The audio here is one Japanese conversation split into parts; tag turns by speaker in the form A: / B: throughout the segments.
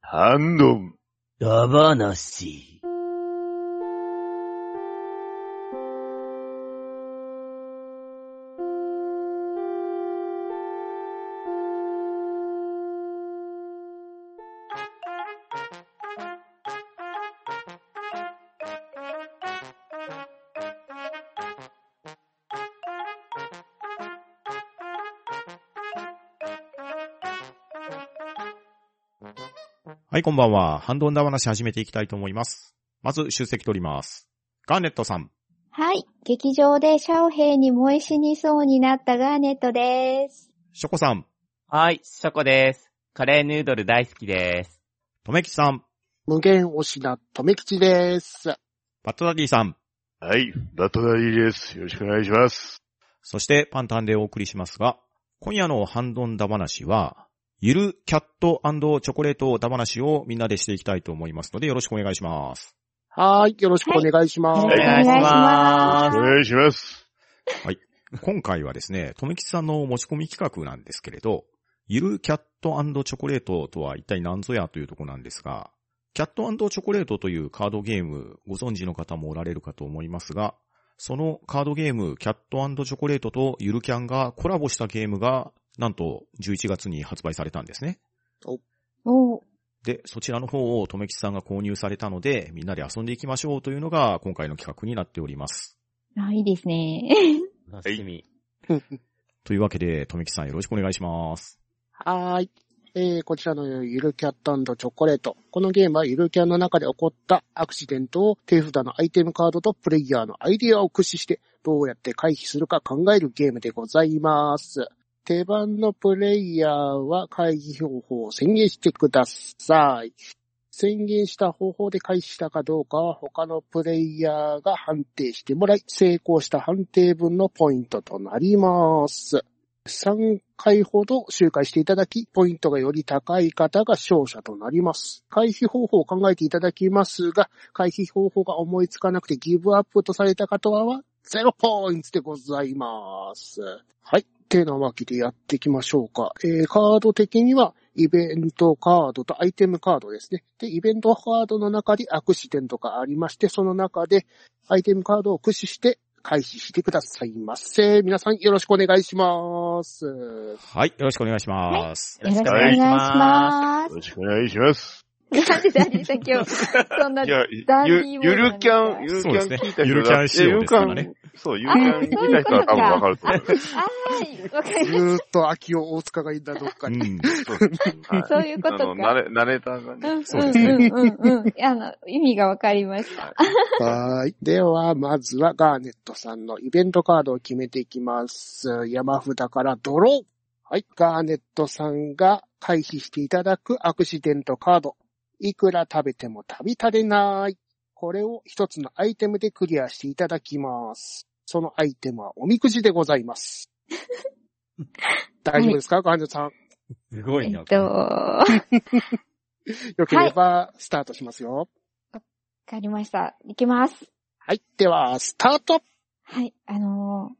A: ハンドン。
B: ダバナシ。
C: はい、こんばんは。ハンドンダ話始めていきたいと思います。まず、出席取ります。ガーネットさん。
D: はい。劇場でシャオヘイに燃え死にそうになったガーネットです。
C: ショコさん。
E: はい、ショコです。カレーヌードル大好きです。
C: とめきさん。
F: 無限推しな、とめきちです。
C: バットダディさん。
A: はい、バトナリーです。よろしくお願いします。
C: そして、パンタンでお送りしますが、今夜のハンドンダ話は、ゆるキャットチョコレートダ話をみんなでしていきたいと思いますので、よろしくお願いします。
F: はーい、よろしくお願いします。
D: お
A: はい
D: 願いし
A: お
D: ます。
A: 願いします。
C: 今回はですね、とめきさんの持ち込み企画なんですけれど、ゆるキャットチョコレートとは一体何ぞやというところなんですが、キャットチョコレートというカードゲーム、ご存知の方もおられるかと思いますが、そのカードゲーム、キャットチョコレートとゆるキャンがコラボしたゲームが、なんと11月に発売されたんですね。
D: おう
C: で、そちらの方をとめきちさんが購入されたので、みんなで遊んでいきましょうというのが今回の企画になっております。
D: あ、いいですね。
E: 楽しみ。
C: というわけで、とめきちさんよろしくお願いします。
F: はーい。えー、こちらのゆるキャットチョコレート。このゲームはゆるキャンの中で起こったアクシデントを手札のアイテムカードとプレイヤーのアイディアを駆使してどうやって回避するか考えるゲームでございます。手番のプレイヤーは会議方法を宣言してください。宣言した方法で回避したかどうかは他のプレイヤーが判定してもらい、成功した判定分のポイントとなります。3回ほど周回していただき、ポイントがより高い方が勝者となります。回避方法を考えていただきますが、回避方法が思いつかなくてギブアップとされた方は、0ポイントでございます。はい。てなわけでやっていきましょうか。えー、カード的には、イベントカードとアイテムカードですね。で、イベントカードの中にアクシデントがありまして、その中でアイテムカードを駆使して開始してくださいませ。皆さんよろしくお願いします。
C: はい、よろしくお願いします。
D: よろしくお願
A: 願
D: い
A: いし
D: しま
A: よろしくお願いします。
D: す。なんで何さ、今日。そんな。
A: いや、
D: ダンデ
A: ゆ
D: ィー、
A: ゆるキャン、ゆるキ
C: そうで
A: ャ
C: す
A: ン
C: ね
A: 聞いた人
C: ゆるキャン仕様ですから
A: い
C: ね
A: やゆるキャンそう、ゆるキャン聞いた人は多分わかると思う。
D: はい、わか
F: ず
D: りまし
F: ーっと秋を大塚がいたどっか
C: う
F: に。
C: ん。
A: はい
D: た。そういうこ
A: あの、
D: と
A: 慣
D: か。
A: れ、慣れた感じ。
D: うん
C: そうですね
D: うんうんうん。あの、意味がわかりました。
F: はーい。では、まずはガーネットさんのイベントカードを決めていきます。山札からドロー。はい。ガーネットさんが回避していただくアクシデントカード。いくら食べても食べ足れない。これを一つのアイテムでクリアしていただきます。そのアイテムはおみくじでございます。大丈夫ですか、ガーネットさん。
C: すご
D: えっと、わ
F: よければ、スタートしますよ。
D: かりました。いきます。
F: はい。では、スタート
D: はい、あの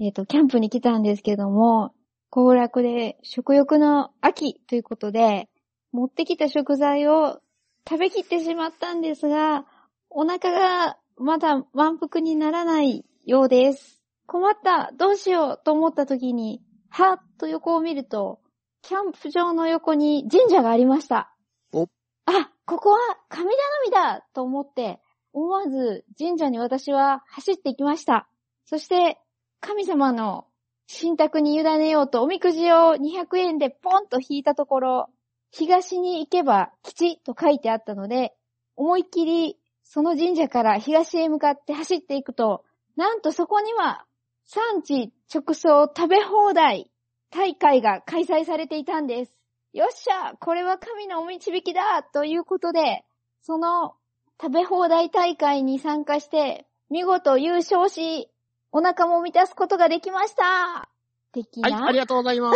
D: ーえっ、と、キャンプに来たんですけども、行楽で食欲の秋ということで、持ってきた食材を食べきってしまったんですが、お腹がまだ満腹にならないようです。困った、どうしようと思った時に、はっと横を見ると、キャンプ場の横に神社がありました。
F: お
D: あ、ここは神頼みだと思って、思わず神社に私は走っていきました。そして、神様の信託に委ねようとおみくじを200円でポンと引いたところ、東に行けば吉と書いてあったので、思いっきりその神社から東へ向かって走っていくと、なんとそこには産地直送食べ放題大会が開催されていたんです。よっしゃこれは神のお導きだということで、その食べ放題大会に参加して、見事優勝し、お腹も満たすことができました的
F: はい、
D: な、
F: ありがとうござい ま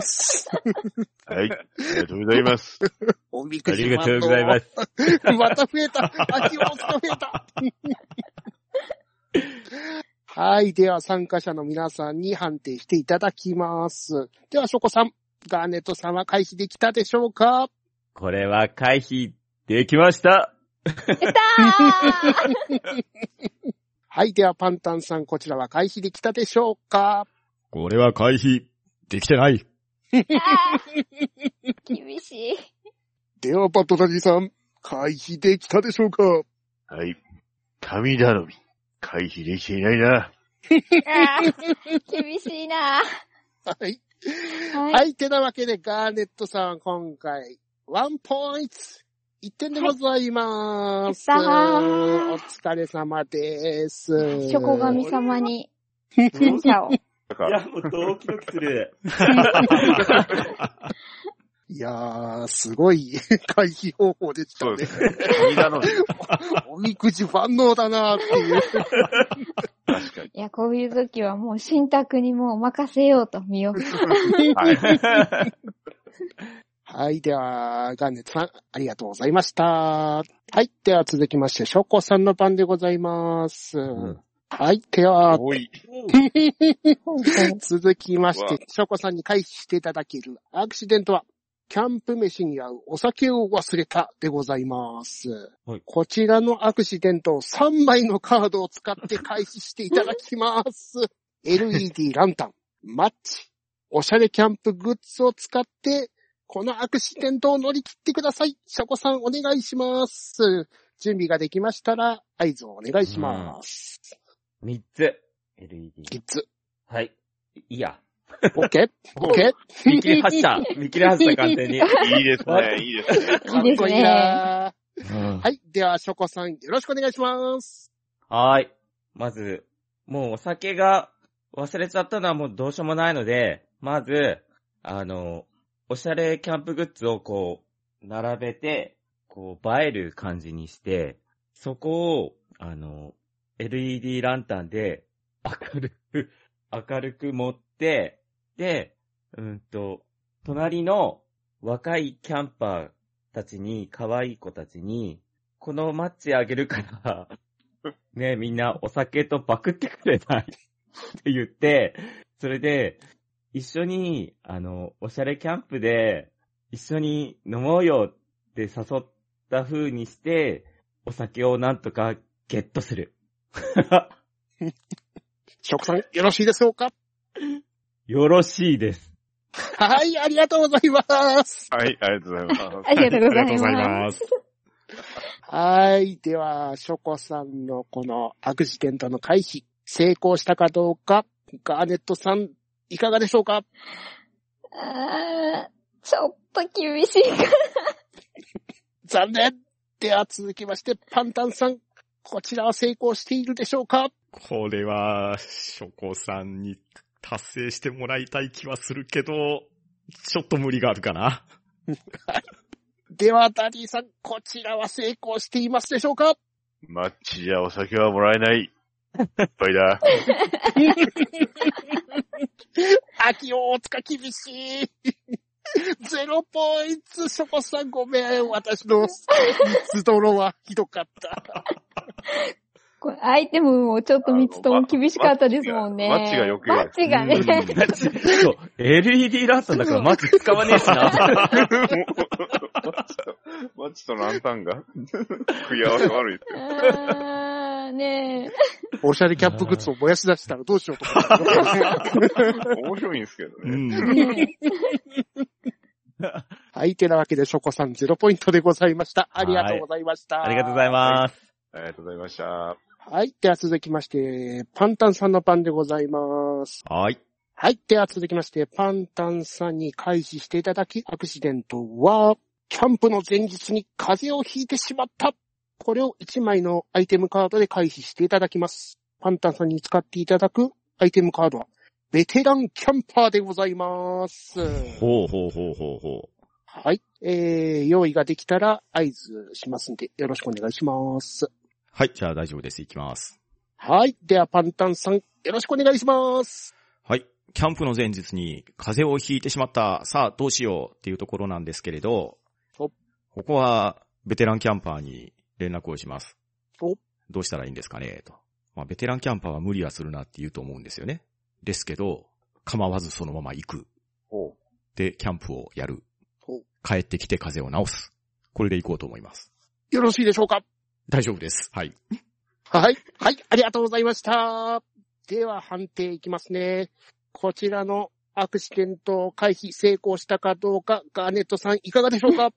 F: す。
A: はい、ありがとうございます。
F: おみ
E: あ
F: くじ。
E: りがとうございますす。
F: また増えた。秋大塚増えた。はい。では、参加者の皆さんに判定していただきます。では、ショコさん、ガーネットさんは開始できたでしょうか
E: これは回避できました
D: やったー
F: はい、ではパンタンさん、こちらは回避できたでしょうか
C: これは回避できてない。
D: あー厳しい。
F: では、バットダディさん、回避できたでしょうか
A: はい。神頼み。回避できていないな。
D: あー厳しいな
F: はい。
D: ーはい。
F: はい、てなわけで、ガーネットさん、今回、ワンポイント !1 点でございます。
D: はいやったー
F: お疲れ様です。
D: チョコ神様 に、感謝を。
A: だから、
E: もうドキドキする。
F: いやー、すごい 回避方法でした
A: そうで
F: ね。
A: すね。神頼み。
F: おみくじ万能だなーっていう。
A: 確か
D: いや、こういう時はもう新宅にもう任せようと、身を。
A: に。はい。
F: はい、では、ガーネットさん、ありがとうございました。はい、では続きまして、ショコさんの番でございます。
C: ん
F: はい、では、
A: 多い。
D: ほうほう
F: 続きまし
A: わ
F: て、ショコさんに回避していただけるアクシデントは、キャンプ飯に合うお酒を忘れたでございます。
C: はい
F: こちらのアクシデントを3枚のカードを使って回避していただ きます。LED ランタン、マッチ、おしゃれキャンプグッズを使って、このアクシデントを乗り切ってください。ショコさんお願いします。準備ができましたら合図をお願いします。
E: 三つ。LED。
F: キッズ。
E: はい。いいや。
F: オッケーオ ッケー
E: 見切り発車。見切り発車完全に。
A: いいですね。いいですね。
F: かっこいいな
C: うん
F: はい。では、ショコさん、よろしくお願いします。
E: はーい。まず、もうお酒が忘れちゃったのはもうどうしようもないので、まず、あの、おしゃれキャンプグッズをこう、並べて、こう、映える感じにして、そこを、あの、LED ランタンで、明るく、明るく持って、で、うんと、隣の若いキャンパーたちに、可愛い子たちに、このマッチあげるから、ねえ、みんなお酒とパクってくれない って言って、それで、一緒に、あの、おしゃれキャンプで、一緒に飲もうよって誘った風にして、お酒をなんとかゲットする。
F: ショコさん、よろしいでしょうか
E: よろしい です。
F: はい、ありがとうございます。
A: はい、ありがとうございます。
D: ありがとうござ
C: ありがと
D: いう
C: ござい
D: ま
C: ます。
F: はい。では、ショコさんのこのアクシデントの回避、成功したかどうか、ガーネットさん、いかがでしょうか
D: す。あーちょっと厳しいか。
F: 残念。では、続きまして、パンタンさん、こちらは成功しているでしょうか
C: これは、ショコさんに達成してもらいたい気はするけど、ちょっと無理があるかな。
F: では、ダディさん、こちらは成功していますでしょうか
A: マッチじゃお酒はもらえない。いっぱいだ。
F: 秋大塚厳しい。ゼロポイント、ショコさんごめん。私のズドロはひどかった。
D: これアイテムもちょっと3つとも厳しかったですもんね。
A: マッチが余計
D: マッチが
C: う
D: ね。
C: ん
E: そう、LED ランタンだからマジ使わねえし な。
A: マッチとランタンが食い合わせ悪い。
D: あーねえ。
F: おしゃれキャップグッズを燃やし出したらどうしようとか。
A: 面白いんですけど
C: う
A: ね。
C: ん。
D: ねえ
F: はい、てなわけでショコさんゼロポイントでございました。ありがとうございました。
E: ありがとうございます。
A: ありがとうございました。
F: す。はい、では続きまして、パンタンさんの番でございます。
C: はい。
F: はい。では続きまして、パンタンさんに開始していただき、アクシデントは、キャンプの前日に風邪をひいてしまった。これを1枚のアイテムカードで回避していただきます。パンタンさんに使っていただくアイテムカードは、ベテランキャンパーでございます。
C: ほうほうほうほうほう。
F: はい。えー、用意ができたら合図しますんで、よろしくお願いします。
C: はい、じゃあ大丈夫です。いきます。
F: はい。では、パンタンさん、よろしくお願いします。
C: はい。キャンプの前日に風邪をひいてしまった。さあ、どうしようっていうところなんですけれど、
F: お
C: ここはベテランキャンパーに連絡をします。
F: お
C: どうしたらいいんですかねと。まあ、ベテランキャンパーは無理はするなって言うと思うんですよね。ですけど、構わずそのまま行く。
A: ほ
C: で、キャンプをやる
F: お。
C: 帰ってきて風邪を治す。これでいこうと思います。
F: よろしいでしょうか
C: 大丈夫です。はい。
F: はい。はい、ありがとうございました。では判定いきますね。こちらのアクシデントを回避成功したかどうか、ガーネットさんいかがでしょ うか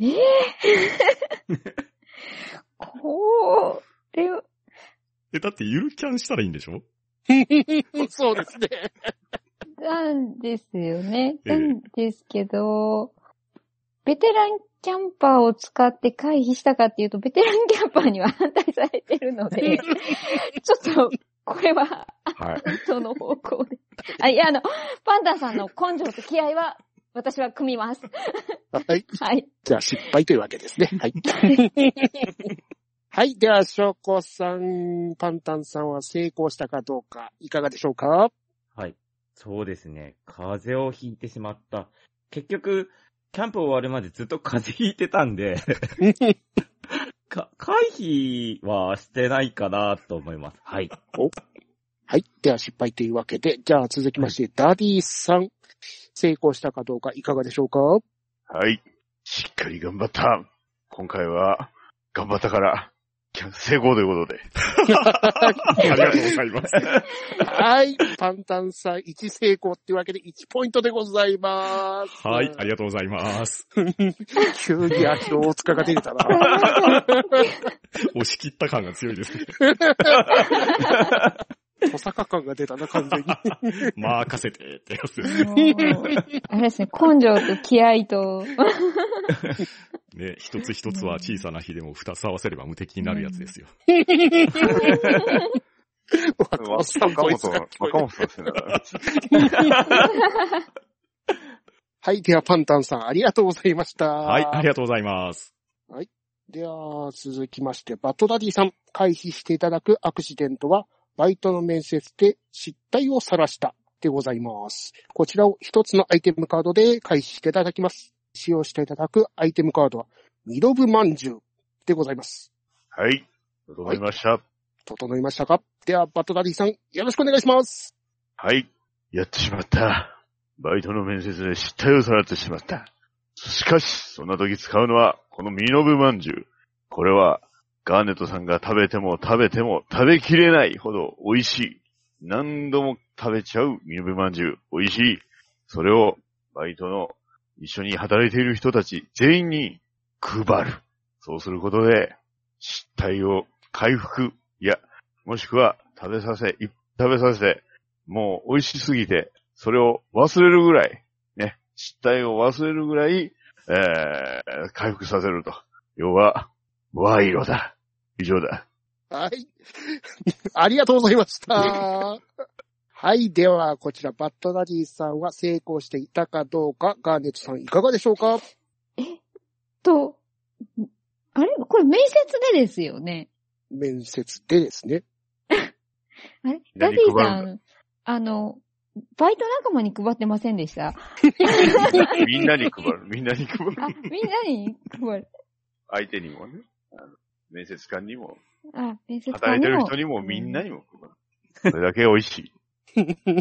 D: ええ これ、
C: え、だってゆるキャンしたらいいんでしょ
F: そうですね。
D: なんですよね。
C: ええ
D: なんですけど、ベテランキャンパーを使って回避したかっていうと、ベテランキャンパーには反対されてるの で、ちょっと、これは、
C: はい。
D: その方向で。あ、いや、あの、パンダさんの根性と気合は、私は組みます。
F: はい。
D: はい。
F: じゃあ失敗というわけですね。はい。はい。では、翔子さん、パンタンさんは成功したかどうか、いかがでしょうか
E: はい。そうですね。風邪をひいてしまった。結局、キャンプ終わるまでずっと風邪ひいてたんで、か、回避はしてないかなと思います。はい。
F: はい。では失敗というわけで、じゃあ続きまして、ダディさん、成功したかどうか、いかがでしょうか
A: はい。しっかり頑張った。今回は、頑張ったから、キャン成功ということで。
C: ありがとうございます。
F: はい。パンタンさん、1成功っていうわけで、1ポイントでございます。
C: はい。ありがとうございます。
F: 急に秋の大塚が出てたな。
C: 押し切った感が強いですね。
F: 小坂感が出たな、完 全に。
C: 任せてってやつ です
D: もうあれですね、根性と気合と、
C: ね。一つ一つは小さな火でも二つ合わせれば無敵になるやつですよ。
F: 若本さんこいつが聞こえる
A: さんですね。
F: はい。では、パンタンさん、ありがとうございました。
C: はい。ありがとうございます。
F: では、続きまして、バトダディさん、回避していただくアクシデントは、バイトの面接で失態を晒したでございます。こちらを一つのアイテムカードで回避していただきます。使用していただくアイテムカードは、ミロブまんじゅうでございます。
A: はい。整いました。
F: 整いましたかでは、バトダディさん、よろしくお願いします。
A: はい。やってしまった。バイトの面接で失態をさらってしまった。しかし、そんな時使うのは、このミノブまんじゅう。これは、ガーネットさんが食べても食べても食べきれないほど美味しい。何度も食べちゃうミノブまんじゅう。美味しい。それを、バイトの一緒に働いている人たち全員に配る。そうすることで、失態を回復、いや、もしくは食べさせ、い食べさせて、もう美味しすぎて、それを忘れるぐらい、ね、失態を忘れるぐらい、えー、回復させると。要は、賄賂だ。以上だ。
F: はい。ありがとうございました。はい。では、こちら、バットダディさんは成功していたかどうか、ガーネットさんいかがでしょうか
D: と、あれこれ面接でですよね。
F: 面接でですね。
D: あれダ
A: 何
D: ディさ
A: 配る
D: ん、あの、バイト仲間に配ってません でした
A: みんなに配 る。みんなに配る。
D: あ、みんなに配る。
A: 相手にもね、あの面接官にも、
D: あ、面接
A: 働
D: 官
A: い
D: に
A: てる
D: も
A: 人。にも、みんなにも配る。それだけ美味しい。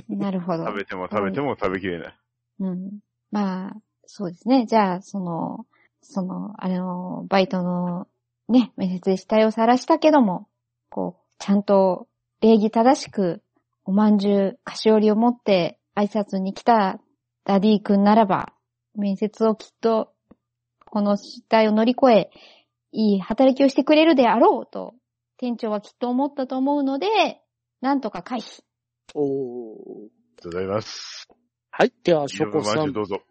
D: なるほど
A: 食。べても食べても食べきれない。
D: うん。まあ、そうですね。じゃあ、その、その、あの、バイトの、ね、面接で死体を晒したけども、こう、ちゃんと礼儀正しく、お饅頭、菓子折りを持って挨拶に来たダディ君ならば、面接をきっと、この死体を乗り越え、いい働きをしてくれるであろうと、店長はきっと思ったと思うので、なんとか回避。
A: あ
F: お
A: りがとうございます。
F: はい。では、シ
A: ミノ
F: ョコ
A: ブまんじ
F: さ。
A: ゅうんどうぞ。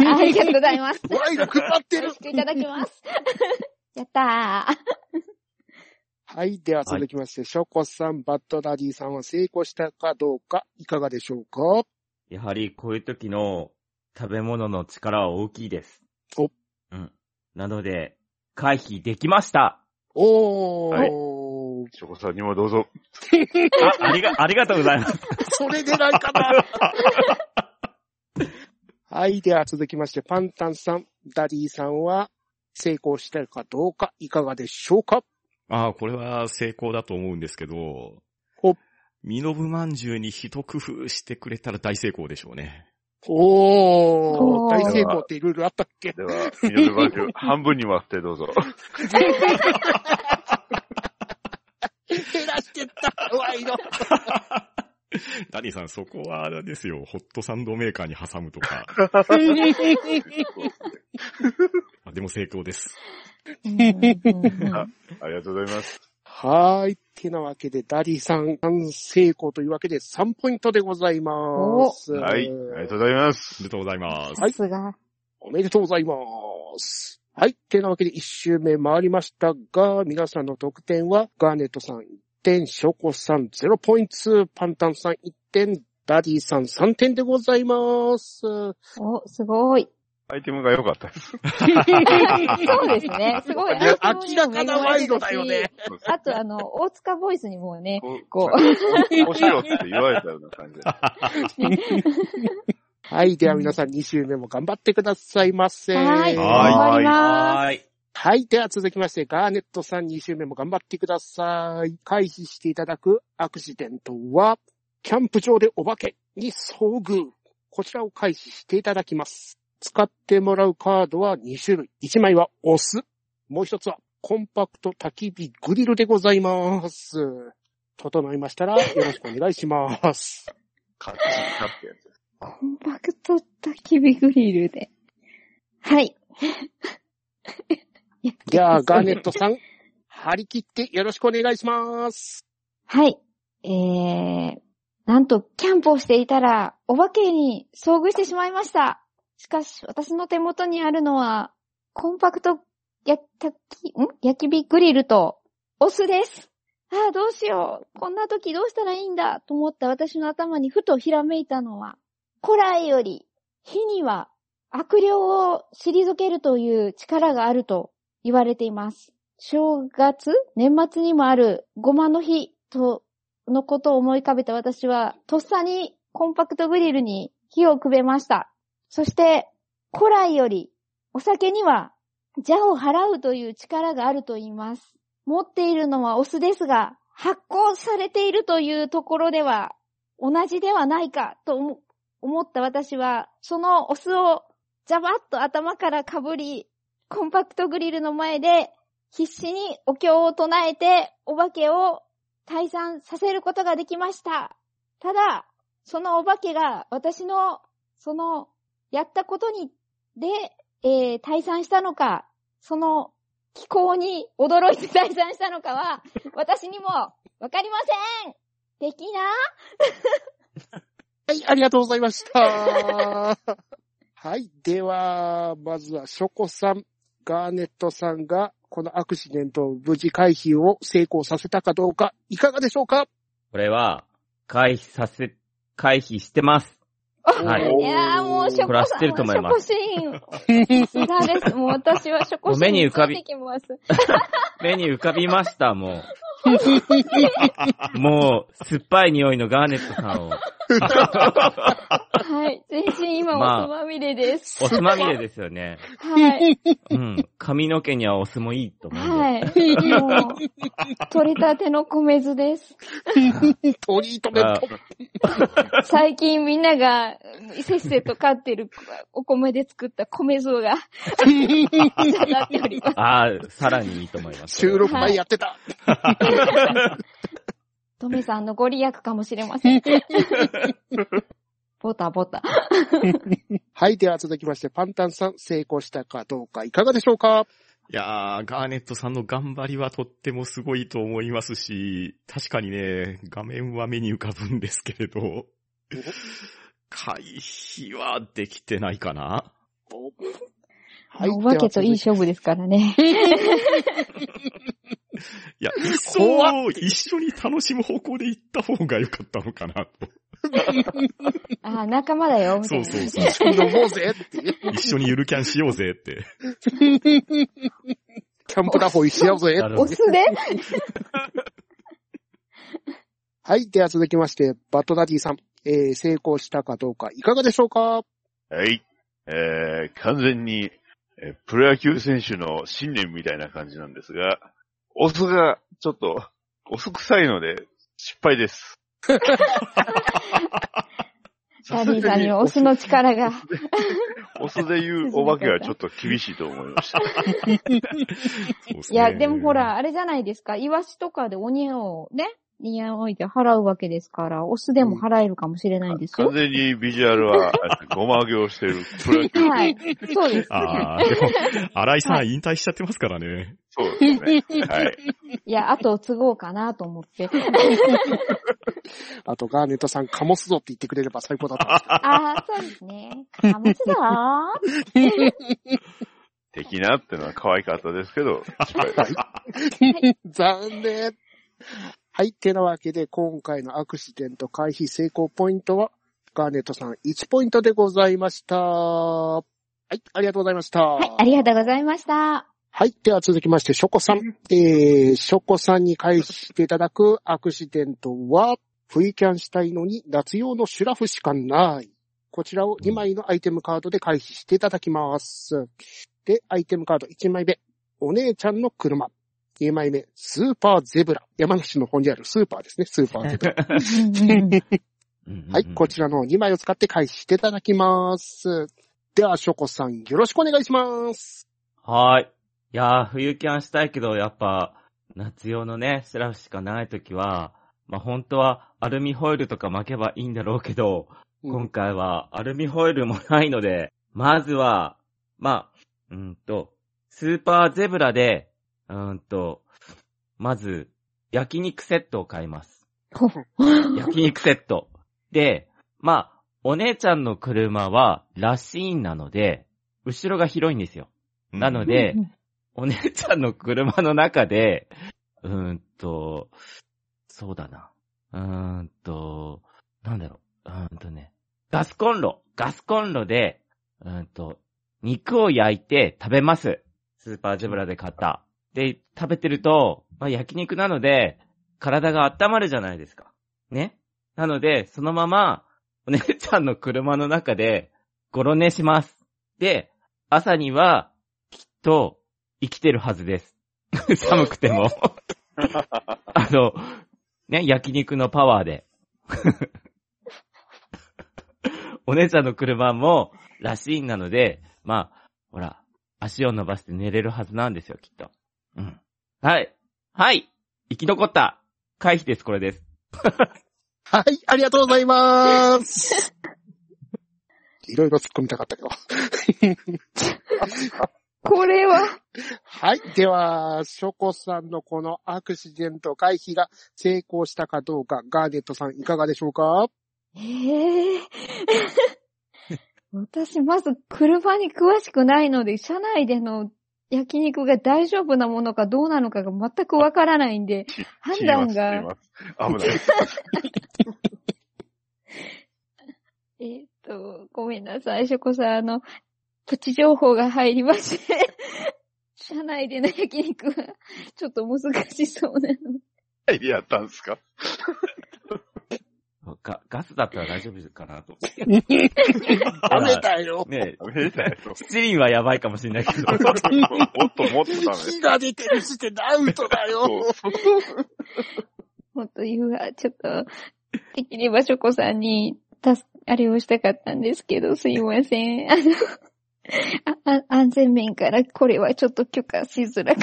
D: ありがとうございます。
F: ワイル配って
D: よろ
F: る
D: しくいただきます。 やったー。
F: はい。では、続きまして、ショコさん、バットダディさんは成功したかどうか、いかがでしょうか
E: やはりこういう時の食べ物の力は大きいです。
F: お
E: うん。なので、回避できました
F: おー。
A: はショコさんにもどうぞ。
E: あ、ありが、ありがとうございます。
F: それでない かな。はい。では、続きまして、パンタンさん、ダディさんは成功したかどうか、いかがでしょうか
C: ああ、これは成功だと思うんですけど
F: ほっ、
C: ミノブまんじゅうに一工夫してくれたら大成功でしょうね。
F: お
D: お
F: ー、
D: ー
F: 大成功っていろいろあったっ け
A: では、ミノルまんじゅう、半分に割ってどうぞ。
F: 減らしてったワイド
C: ダニーさん、そこはあれですよ、ホットサンドメーカーに挟むと か。あでも成功です。
A: ありがとうございます。
F: はーい。ってなわけで、ダリさん、完成功というわけで3ポイントでございます。
A: はい、ありがとうございま
C: おめ
A: す
C: で。とうございます。
D: さすが。
F: おめでとうございます。はい。てなわけで1周目回りましたが、皆さんの得点は、ガーネットさん1点、ショコさん0ポイント、パンタンさん1点、ダディさん3点でございます。
D: お、すごい。
A: アイテムが良かったです。
D: そうです ね。すごい。
F: いや明らかなワイドだよね。
D: あと、あの、大塚ボイスにもね、
A: こう、
D: こ
A: こうしろって言われたような感 じで。
F: はい。では皆さん2周目も頑張ってくださいませ。
D: はい。頑
C: は
D: 張りま
E: はーい。
F: はい。では続きまして、ガーネットさん2周目も頑張ってください。回避していただくアクシデントは、キャンプ場でお化けに遭遇。こちらを回避していただきます。使ってもらうカードは2種類。1枚はオス。もう一つはコンパクト焚き火グリルでございます。整いましたらよろしくお願いします。
A: カッチカってやつ。
D: す。コンパクト焚き火グリルで。はい。
F: じゃあ、ガーネットさん、張り切ってよろしくお願いします。
D: はい。えー、なんと、キャンプをしていたら、お化けに遭遇してしまいました。しかし、私の手元にあるのは、コンパクト焼き、ん焼き火グリルと、お酢です。ああ、どうしよう。こんな時どうしたらいいんだと思った私の頭にふとひらめいたのは、古来より、火には悪霊を退けるという力があると言われています。正月年末にもあるごまの日と、のことを思い浮かべた私は、とっさにコンパクトグリルに火をくべました。そして、古来より、お酒には邪を払うという力があると言います。持っているのはお酢ですが、発酵されているというところでは、同じではないかと思思った私は、そのお酢をジャバッと頭からかぶり、コンパクトグリルの前で必死にお経を唱えて、お化けを退散させることができました。ただ、そのお化けが私の、その、やったことに、で、えー退散したのか、その、気候に驚いて退散したのかは、私にもわかりません的な
F: はい、ありがとうございま した。はい、では、まずは、ショコさん、ガーネットさんが、このアクシデントを無事回避を成功させたかどうか、いかがでしょうか
E: これは、回避させ、回避してます。はい
D: いやーもうショ
E: これは
D: コ
E: 知っ
D: さ
E: て
D: ん
E: ると思
D: はいシ
E: ま
D: ョコシーン。さす がです。もう私はショコシーンについてきます。
E: 目に浮かびました、もう。もう、酸っぱい匂いのガーネットさんを。
D: はい。全身今
E: まあ
D: お酢まみれです。
E: おつ まみれですよね。
D: はい。
E: うん。髪の毛にはお酢もいいと思うんで。
D: はい。もう、取りたての米酢です。
F: トリートメント。
D: 最近みんながうんせっせと飼ってるお米で作った米酢が、 下がっております。
E: ああ、さらにいいと思います。
F: 収録前やってた。
D: トメさんのご利益かもしれません。ボタボタ。
F: はい、では続きまして、パンタンさん、成功したかどうか、いかがでしょうか
C: いやー、ガーネットさんの頑張りはとってもすごいと思いますし、確かにね、画面は目に浮かぶんですけれど、回避はできてないかな
F: はい、
D: お化けといい勝負ですからね。
C: いや、いっそ、一緒に楽しむ方向で行った方が良かったのかなと。
D: ああ、仲間だよ。みたい
C: そう
D: な
C: そうそう。
F: では続いて飲もうぜっていう、
C: 一緒にゆるキャンしようぜって。
F: キャンプラフォイしようぜ
E: な。る
D: お
E: ほど
D: 酢で
F: はい、では続きまして、バトダディさん、えー、成功したかどうか、いかがでしょうか
A: はい。えー、完全に、えープロ野球選手の信念みたいな感じなんですが、お酢がちょっと、 お酢臭いので、失敗です。
D: ダニーさんにオスの力が。
A: オスで言うお化けはちょっと厳しいと思いました。
C: そうっす
D: い
C: ね
D: や、でもほ。ら、あれじゃないですか。イワシとかで鬼をね、にやおいて払うわけですから、オスでも払えるかもしれないですよ
A: 完。全にビジュアルは、ごま上げをしてる。プロ野球
D: はい。そうです。
C: ああ、でも、荒井さん引退しちゃってますからね。
A: そうですね。 はい。
D: いや、後を継ごうかなと思 って。
F: あと、ガーネットさん、かもすぞって言ってくれれば最高だったんですけ
D: ああ、そうですね。かむつだー。
A: 的なってのは可愛かったですけど、失敗です
F: ど残念。はい。てなわけで、今回のアクシデント回避成功ポイントは、ガーネットさん1ポイントでございました。はい。ありがとうございました。
D: はい、 ありがとうございました。
F: はい。では続きまして、ショコさん。えー、ショコさんに返していただくアクシデントは、冬キャンしたいのに夏用のシュラフしかない。こちらを2枚のアイテムカードで回避していただきます。で、アイテムカード1枚目、お姉ちゃんの車。2枚目、スーパーゼブラ。山梨の方にあるスーパーですね、スーパーゼブラ。
D: うんうんうん
F: はい、こちらの2枚を使って回避していただきます。では、ショコさん、よろしくお願いします。
E: はーい。いやー、冬キャンしたいけど、やっぱ、夏用のね、シュラフしかないときは、まあ、本当はアルミホイルとか巻けばいいんだろうけど、
F: うん
E: 今回はアルミホイルもないので、まずは、まあ、うーんと、スーパーゼブラで、うーんと、まず、焼肉セットを買います。
D: ほ
E: 焼肉セット。で、まあ、お姉ちゃんの車はラシーンなので、後ろが広いんですよ。なので、お姉ちゃんの車の中で、うーんと、そうだな。うーんと、なんだろう。うーんとね、ガスコンロ、ガスコンロで、うーんと、肉を焼いて食べます。スーパージェブラで買った。で、食べてると、まあ、焼肉なので、体が温まるじゃないですか。ね。なので、そのまま、お姉ちゃんの車の中で、ごろ寝します。で、朝には、きっと、生きてるはずです。 寒くて も。あの、ね、焼肉のパワーで。 お姉ちゃんの車も、らしいなので、まあ、ほら、足を伸ばして寝れるはずなんですよ、きっと。うん。はい。はい生き残った回避です、これです。
F: はい、ありがとうございます。 いろいろ突っ込みたかったけど。
D: これは、
F: はい、では、ショコさんのこのアクシデント回避が成功したかどうか、ガーネットさんいかがでしょうか
D: ええ 私、まず車に詳しくないので、車内での焼肉が大丈夫なものかどうなのかが全くわからないんで、 判断
A: 死に
D: が、
A: ます死にます危ない。
D: えーっと、ごめんなさい、ショコさん、あの、プチ情報が入りまして、 車内での焼肉は、ちょっと難しそうなの。
A: 何やったんですか
E: ガガスだったら大丈夫かな と。
F: ダメだよ。
E: ね
A: ダメだよ。
E: 七輪はやばいかもしれないけど。
A: もっともっとダメ。
F: 火が出てる時点でアウトだよ。
D: もっと言うわ、ちょっと、できればショコさんに、たす、あれをしたかったんですけど、すいません。あの、ああ安全面からこれはちょっと許可しづらく。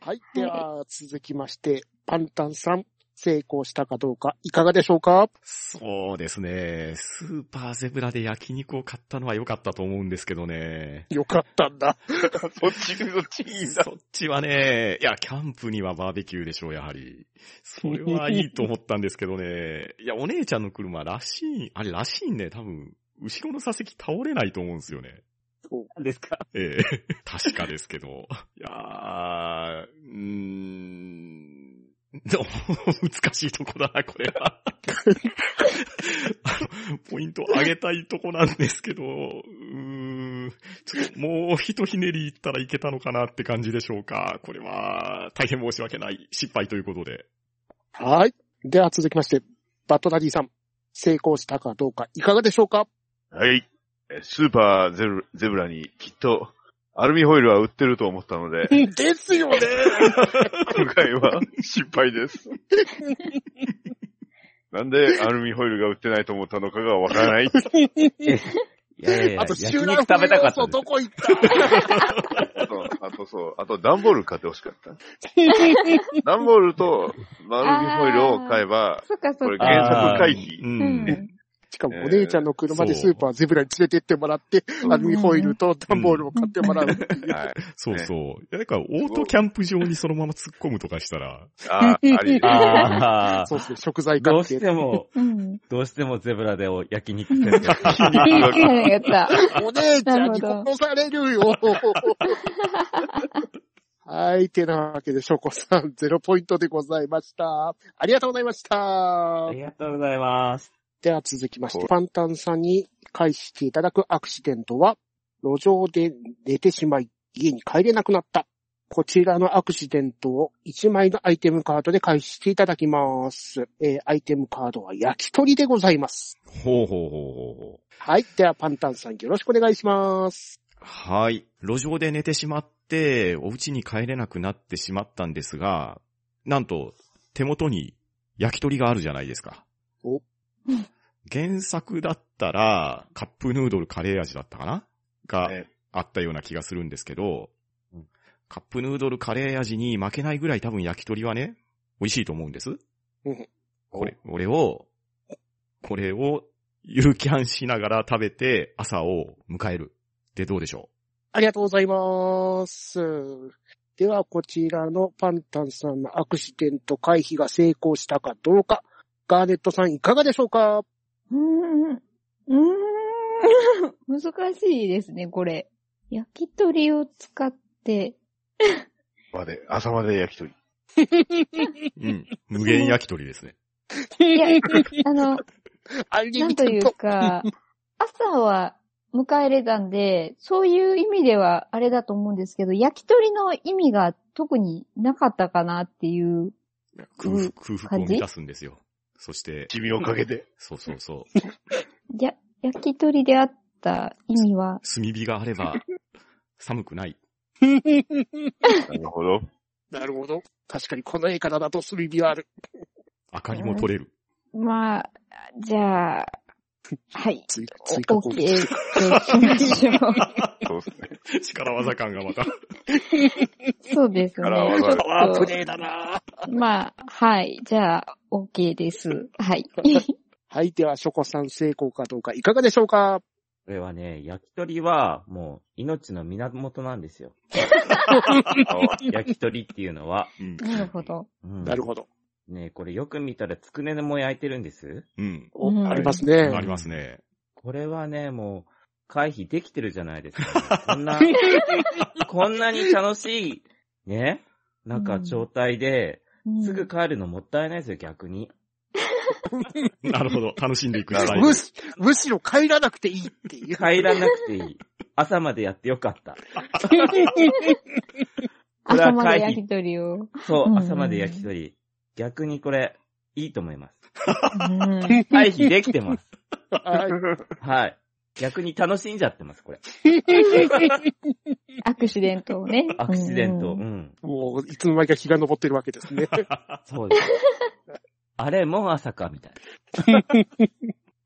F: はい、では、続きまして、パンタンさん、成功したかどうか、いかがでしょうか
C: そうですね。スーパーゼブラで焼肉を買ったのは良かったと思うんですけどね。
F: よかったんだ。
A: そっち、そっちいいんだ。
C: そっちはね、いや、キャンプにはバーベキューでしょう、やはり。それはいいと思ったんですけどね。いや、お姉ちゃんの車らしい、あれらしいね、多分、後ろの座席倒れないと思うんですよね。
E: 何ですか
C: ええ、確かですけど。 いやー、うーん、どうも難しいとこだな、これは。 あの、ポイントを上げたいとこなんですけど、うーん、ちょっともうひとひねりいったらいけたのかなって感じでしょうか。これは、大変申し訳ない失敗ということで。
F: はい。では、続きまして、バットダディさん、成功したかどうか、いかがでしょうか
A: はい。えスーパーゼブゼブラにきっとアルミホイルは売ってると思ったの で、
F: ですよね。
A: 今回は失敗です。なんでアルミホイルが売ってないと思ったのかがわからない。
E: いやいやいや
F: あと、
E: 焼
F: 集
E: 肉
F: 団
E: 食べたかったんです
F: どこ行った
A: あと、あとそう、あと段ボール買ってほしかった。段ボールとアルミホイルを買えば、
D: そっかそ
A: こ
D: っ
A: れ
D: か。
A: 原作回
C: う。
A: 避。
D: うんん。
F: しかもお姉ちゃんの車でスーパーゼブラに連れてってもらって、
A: そう
F: アルミホイルと段ボールを買ってもらうっていう。
A: はい。
C: そうそう。いや、だから、オートキャンプ場にそのまま突っ込むとかしたら、
A: あー、あり。
E: あ あ、
F: そうですね、食材買
E: どう
F: っ。
E: してても、
D: うん。
E: どうしてもゼブラでお焼肉せん と。
D: やった。
F: お姉ちゃんに
D: なるほ
F: 殺さ れるよ。はい、てなわけで、ショコさん、ゼロポイントでございました。ありがとうございました
E: あ。りがとうございます。
F: では続きまし
A: は
F: て、
A: い
F: パンタンさんに返していただくアクシデントは、路上で寝てしまい、家に帰れなくなった。こちらのアクシデントを1枚のアイテムカードで返していただきます。えーアイテムカードは焼き鳥でございます。
C: ほうほうほうほうほう。
F: はい。では、パンタンさんよろしくお願いします。
C: はい。路上で寝てしまって、お家に帰れなくなってしまったんですが、なんと、手元に焼き鳥があるじゃないですか。
F: お
C: 原作だったら、カップヌードルカレー味だったかなが
A: ね
C: あったような気がするんですけど、カップヌードルカレー味に負けないぐらい多分焼き鳥はね、美味しいと思うんです。
F: うん
C: これ、これを、これを、 ゆるキャンしながら食べて朝を迎える。で、どうでしょう
F: ありがとうございます。では、こちらのパンタンさんのアクシデント回避が成功したかどうか、ガーネットさんいかがでしょうか
D: うーん。うーん。難しいですね、これ。焼き鳥を使って、
A: まで、朝まで焼き鳥。
C: うん。無限焼き鳥ですね。
D: いや、あの、
F: アイリ
D: なん
F: ミ
D: と
F: テ
D: いう
F: ッド。
D: か、朝は迎えれたんで、そういう意味ではあれだと思うんですけど、焼き鳥の意味が特になかったかなっていう。
C: 空
D: うん
C: 腹、空腹を満たすんですよ。そして、
A: 君をかけて。
C: そうそうそう。
D: や、焼き鳥であった意味は、
C: 炭火があれば、寒くない。
A: なるほど。
F: なるほど。確かにこの絵からだと炭火はある。
C: 明かりも取れる。
D: まあ、じゃあ、はい。
F: 追 追加
D: オ
F: 攻
D: ッ
F: 撃。
D: ケーとしましょ
A: そ
D: う。
A: うですね。
C: 力技感がまた。
D: そうですね。
A: 力技
F: パワープレイだな
D: まあ、はい。じゃあ、OK です。はい。
F: はい、では、ショコさん成功かどうかいかがでしょうか
E: これはね、焼き鳥はもう命の源なんです よ。焼き鳥っていうのは。
C: うん
D: なるほ。ど。
E: うん
F: なるほど。
E: ねこれよく見たらつくねも焼いてるんです。
C: うん。
F: お
D: うん
F: あります
C: あ
F: ね。
C: りますね。
E: これはね、もう回避できてるじゃないですか、こ んな、こんなに楽しい、ね、なんか状態で、
D: うん
E: すぐ帰るのもったいないですよ、逆に。
C: なるほど。楽しんでいくスタイル
F: む。し、むしろ帰らなくていいっ ていう。
E: 帰らなくていい。朝までやってよかった。これ
D: 朝
E: は
D: まで
E: 会
D: 焼
E: 議
D: き。鳥を。
E: そうう、
D: ん
E: 朝まで焼き鳥。逆にこれ、いいと思い ます。
D: うん
E: 回避できてます。
F: はい
E: はい。逆に楽しんじゃってます、これ。
D: アクシデントをね。
E: アクシデント。う
D: う
E: ん
D: うん
E: ん。
F: もう、いつの間にか日が昇ってるわけですね。
E: そうです。あれ、もう朝か、みたい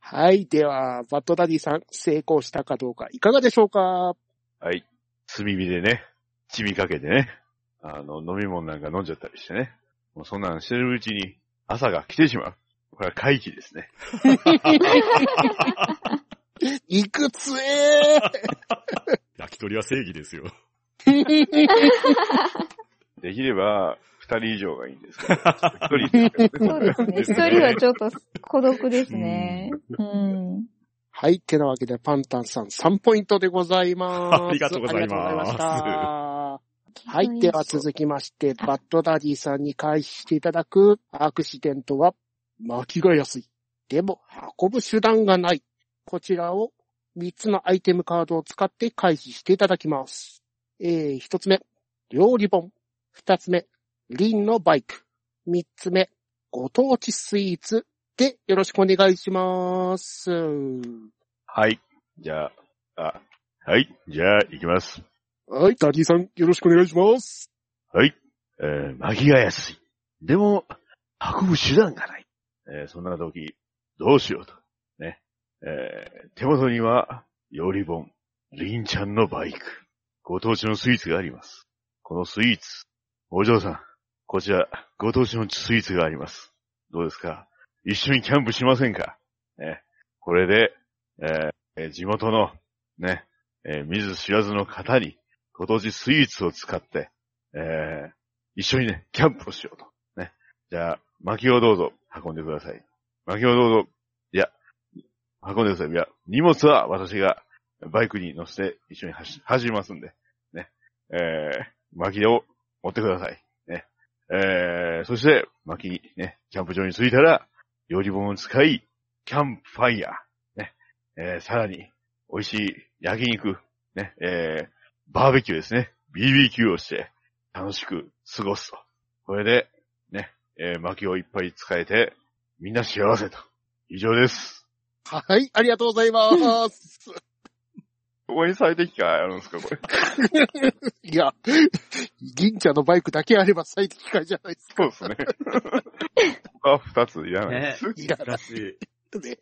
F: はい、では、バッドダディさん成功したかどうかいかがでしょ うか
A: はい。炭火でね、チビかけてね、あの、飲み物なんか飲んじゃったりしてね。もうそんなんしてるうちに朝が来てしまう。これは回帰ですね。
F: いくつえ
C: 焼き鳥は正義ですよ。
A: できれば、二人以上がいいんですけど、一人ですけど
D: そうですね。一人はちょっと孤独ですね。うん。
F: はい、ってなわけで、パンタンさん3ポイントでございます。
C: ありがとうございます
F: ありがとうございました。はい。では続きまして、バッドダディさんに返していただくアクシデントは、巻きが安い。でも、運ぶ手段がない。こちらを3つのアイテムカードを使って回避していただきます。えー、1つ目、料理本。2つ目、リンのバイク。3つ目、ご当地スイーツ。で、よろしくお願いします。
A: はい。じゃあ、あ、はい。じゃあ、行きます。
F: はい、ダディさん、よろしくお願いします。
A: はい。えー、巻きが安い。でも、運ぶ手段がない。えーそんな時、どうしようと。ね。えー手元には、より本、りんちゃんのバイク、ご当地のスイーツがあります。このスイーツ、お嬢さん、こちら、ご当地のスイーツがあります。どうですか一緒にキャンプしませんかね。これで、えーえー地元の、ね、えー見ず知らずの方に、ご当地スイーツを使って、えー一緒にね、 キャンプをしようと。ね。じゃあ、薪をどうぞ、運んでください。薪をどうぞ、いや、運んでください。いや、荷物は私が、バイクに乗せて一緒に走走りますんで、ね。えー、薪を持ってください。ね。えー、そして、薪にね、キャンプ場に着いたら、料理本を使い、キャンプファイヤー、ね。えー、さらに、美味しい焼肉、ね、えー、バーベキューですね。BBQ をして、楽しく過ごすと。これで、ね、えー、薪をいっぱい使えて、みんな幸せと。以上です。
F: はい、ありがとうございます。
A: ここに最適化あるんですか、こ れ。
F: いや、銀ちゃんのバイクだけあれば最適解じゃないです
A: そうですね。他は二ついらないです。
F: いらない
E: 難しい。
F: かね。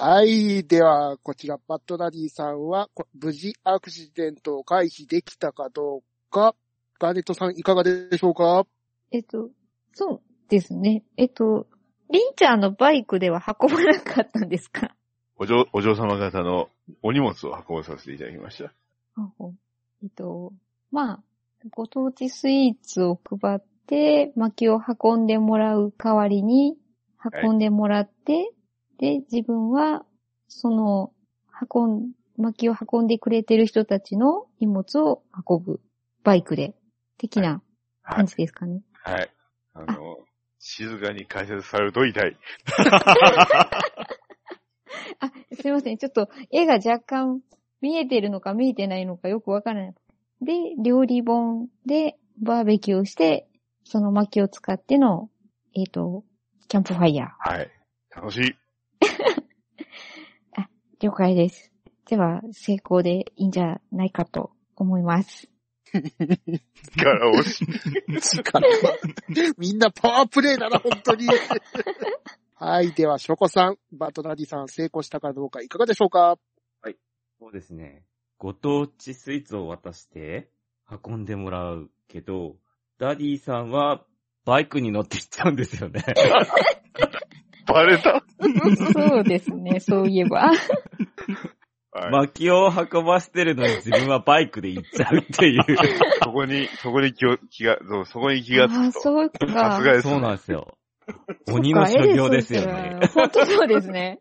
F: はい。では、こちら、バッドダディさんは、こ無事アクシデントを回避できたかどうか、ガーネットさんいかがでしょうか
D: えっと、そうですね。えっと、リンちゃんのバイクでは運ばなかったんですか
A: お嬢、お嬢様方のお荷物を運ばさせていただきました。
D: えっと、まあ、ご当地スイーツを配って、薪を運んでもらう代わりに、運んでもらって、で、自分は、その、運ん、薪を運んでくれてる人たちの荷物を運ぶ、バイクで、的な
A: はい
D: 感じですかね。
A: はい。あの、静かに解説されると痛い。
D: あ、すいません。ちょっと絵が若干見えてるのか見えてないのかよくわからない。で、料理本でバーベキューをして、その薪を使っての、えっ、と、キャンプファイヤー。
A: はい。楽しい。
D: 了解です。では、成功でいいんじゃないかと思 います。
A: 力押し。
F: 力は みんなパワープレイだな、本当 に。はい。では、ショコさん、バッドダディさん成功したかどうかいかがでしょうか
E: そうですね。ご当地スイーツを渡して、運んでもらうけど、ダディさんは、バイクに乗って行っちゃうんですよね。
A: バレ た。
D: そうですね、そういえば。
A: はい。
E: 薪を運ばせてるのに自分はバイクで行っちゃうっていう。
A: そこに、そこに気を、気が、そう、そこに気がつ
D: ああ、
A: くと。
D: そう
A: さ
D: か
A: す。がです
E: そう
A: ね。
E: なんですよ。鬼の所業ですよね。
D: 本当そうですね。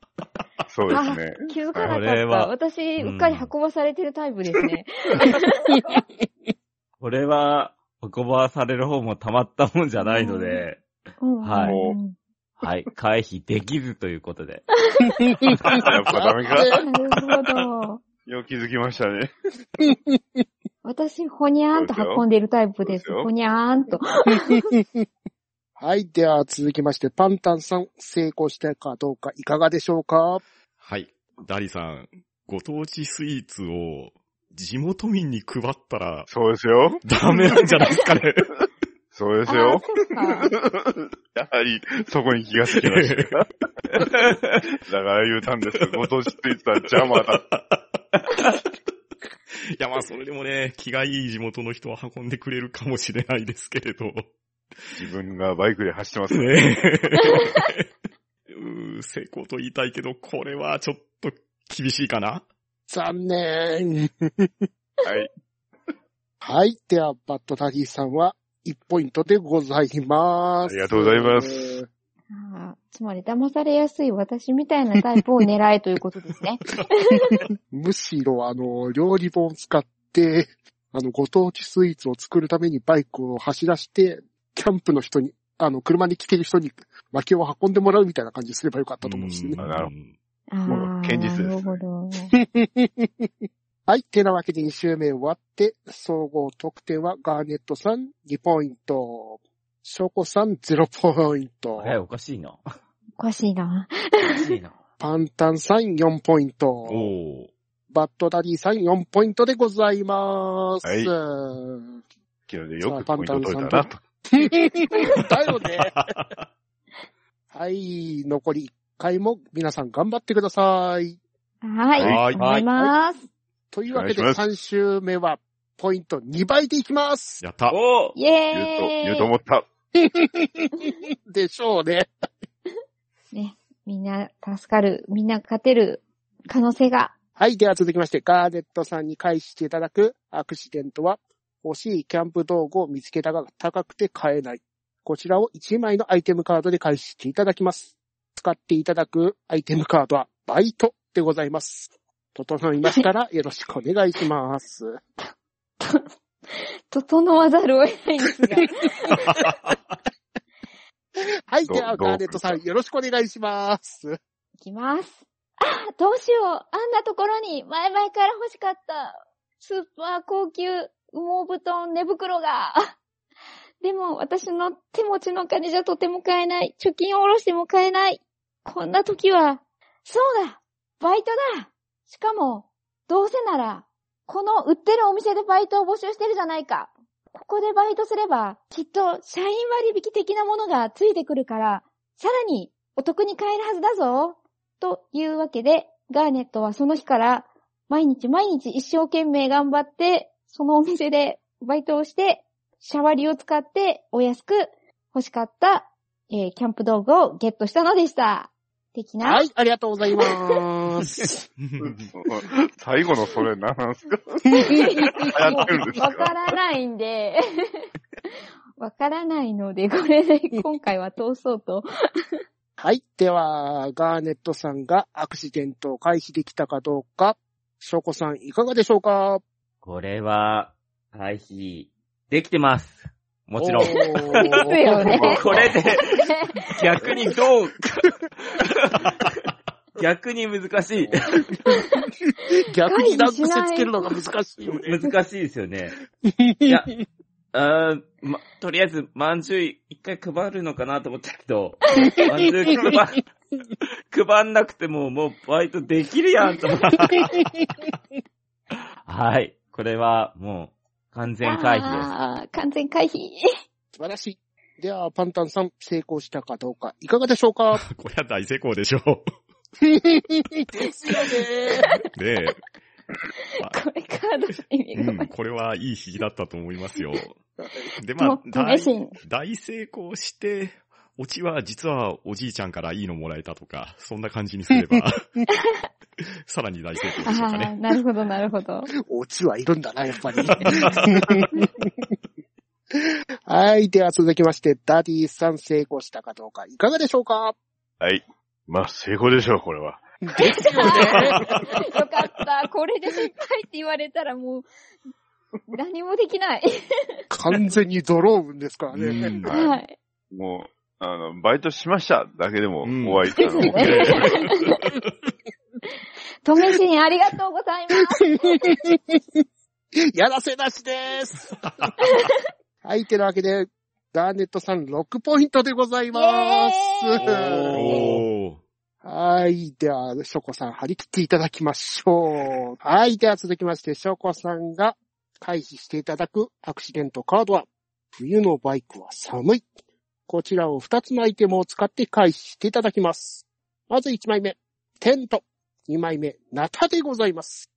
A: そうですね。
D: 気づかな
E: こ
D: か
E: れ
D: った。
E: は
D: 私、
E: うん
D: うっかり運ばされてるタイプですね。
E: これは、運ばされる方もたまったもんじゃないので、
D: うん
E: はい
D: うん
E: はい、回避できずということで。
A: やっぱダメか。
D: なるほど。
A: よく気づきましたね。
D: 私、ほにゃーんと運んでるタイプです。
A: そうですよ
D: ほにゃーんと。
F: はい。では、続きまして、パンタンさん、成功したかどうかいかがでしょうか
C: はい。ダリさん、ご当地スイーツを地元民に配ったら
A: そうですよ。
C: ダメなんじゃないですかね。
A: そうで
D: あ
A: すよ。
D: そうか。
A: やはり、そこに気がつきました。 だから言うたんですよ。ご当地って言ったら邪魔だ。
C: いや、まあ、それでもね、気がいい地元の人は運んでくれるかもしれないですけれど。
A: 自分がバイクで走ってますね。
C: ねえ。うー成功と言いたいけど、これはちょっと厳しいかな
F: 残念。
A: はい。
F: はい。では、バッドダディさんは、1ポイントでございます。。
A: ありがとうございます
D: あーつまり、騙されやすい私みたいなタイプを狙えということですね。
F: むしろ、あの、料理本を使って、あの、ご当地スイーツを作るためにバイクを走らして、キャンプの人に、あの、車に来てる人に、薪を運んでもらうみたいな感じにすればよかったと思うんですよね。
A: なるほ
D: ああ、
A: もう堅実です
D: なるほど。
F: はい。てなわけで2周目終わって、総合得点はガーネットさん2ポイント、ショコさん0ポイント、
E: え、おかしいな。お
D: おかしいな。
E: かしいな。
F: パンタンさん4ポイン
C: お
F: ト、
C: お
F: バッドダディさん4ポイントでございます。
A: はい
F: だ
A: 昨日でよくポイント取れたな
F: さあパン
A: と。
F: よね。ははい、残り1回も皆さん頑張ってください。
D: はい。
A: はい
D: 思います。
F: というわけで
A: お願いします
F: 3週目はポイント2倍でいきます。
C: やった。
E: お
D: イ
A: 言うと、
D: エ
A: 言うと
D: ーイ
A: 思った。
F: でしょうね。
D: みんな助かる、みんな勝てる可能性が。
F: はい。では続きまして、ガーネットさんに返していただくアクシデントは、欲しいキャンプ道具を見つけたが高くて買えない。こちらを1枚のアイテムカードで返していただきます。使っていただくアイテムカードは、バイトでございます。整いましたら、よろしくお願いします。
D: 整わざるを得ないんですが。
F: はい。
A: ど
F: では、
A: どう
F: ガーネットさん、よろしくお願いします。
D: いきます。あどうしよう。あんなところに前々から欲しかったスーパー高級羽毛布団寝袋が。 でも私の手持ちの金じゃとても買えない。貯金を下ろしても買えない。こんな時は、そうだバイトだしかも、どうせなら、この売ってるお店でバイトを募集してるじゃないか。ここでバイトすれば、きっと社員割引的なものがついてくるから、さらにお得に買えるはずだぞ。というわけで、ガーネットはその日から、毎日毎日一生懸命頑張って、そのお店でバイトをして、シャワリを使ってお安く欲しかった、えーキャンプ道具をゲットしたのでした。的な。
F: はい。ありがとうございます。
A: 最後のそれ何なんすかやってるんですか
D: わからないんで、 わからないので、これで今回は通そうと。
F: はい。では、ガーネットさんがアクシデントを回避できたかどうか、ショコさんいかがでしょうか
E: これは、回避、できてます。もちろん。
F: ん
D: ですよね。
E: これで、逆にどう逆に難しい。
F: 逆にランクせつけるのが難しいよね。
E: 難しいですよね。いや、あーま、とりあえず、まんじゅう一回配るのかなと思ったけど、まんじゅう配、配んなくてももうバイトできるやんと思って。はい。これはもう完全回避です。
D: あー完全回避。
F: 素晴らしい。では、パンタンさん、成功したかどうか、いかがでしょう か
C: これは大成功でしょう。
F: ですよね。
C: で、
D: これカードの意味
C: う
D: が
C: ん、これはいい引きだったと思いますよ。で、まあ
D: も、う、
C: 大
D: 試、しに。
C: 大成功して、オチは実はおじいちゃんからいいのもらえたとか、そんな感じにすれば、さらに大成功
D: あ
C: でしょうか
D: あ
C: ね。
D: ー、なるほど、なるほど。
F: オチはいるんだな、やっぱり。 はい。では、続きまして、ダディさん、成功したかどうか、いかがでしょうか
A: はい。まあ、成功でしょう、これは。
F: ですよ
D: よ
F: ね。
D: かった。これで失敗って言われたらもう、何もできない。
F: 完全にドローンですから
C: う
F: ね。
C: ん
A: はい
D: はい。
A: もう、あの、バイトしましただけでも、
C: うん
A: 終わり。あの
D: ね とめしにありがとうござい ます。
F: やらせなし です。はい、てなわけで、ガーネットさん6ポイントでございます
D: イエ。
C: おー。
F: はい、では、ショコさん張り切っていただきましょう。はい、では続きまして、ショコさんが回避していただくアクシデントカードは、冬のバイクは寒い。こちらを2つのアイテムを使って回避していただきます。まず1枚目、テント。2枚目、ナタでございます。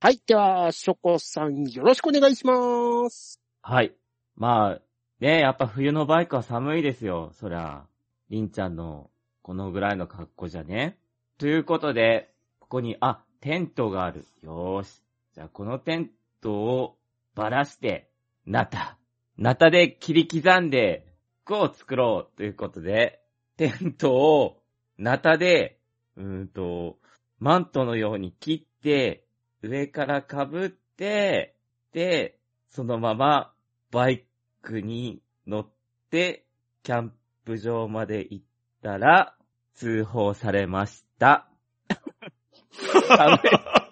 F: はい、では、ショコさんよろしくお願いします。
E: はい。まあ、ねやっぱ冬のバイクは寒いですよ、そりゃ。りんちゃんの、このぐらいの格好じゃね。ということで、ここに、あ、テントがある。よーし。じゃあ、このテントを、ばらして、ナタ。ナタで切り刻んで、服を作ろうということで、テントを、ナタで、うーんと、マントのように切って、上から被って、で、そのままバイクに乗ってキャンプ場まで行ったら通報されました。寒い、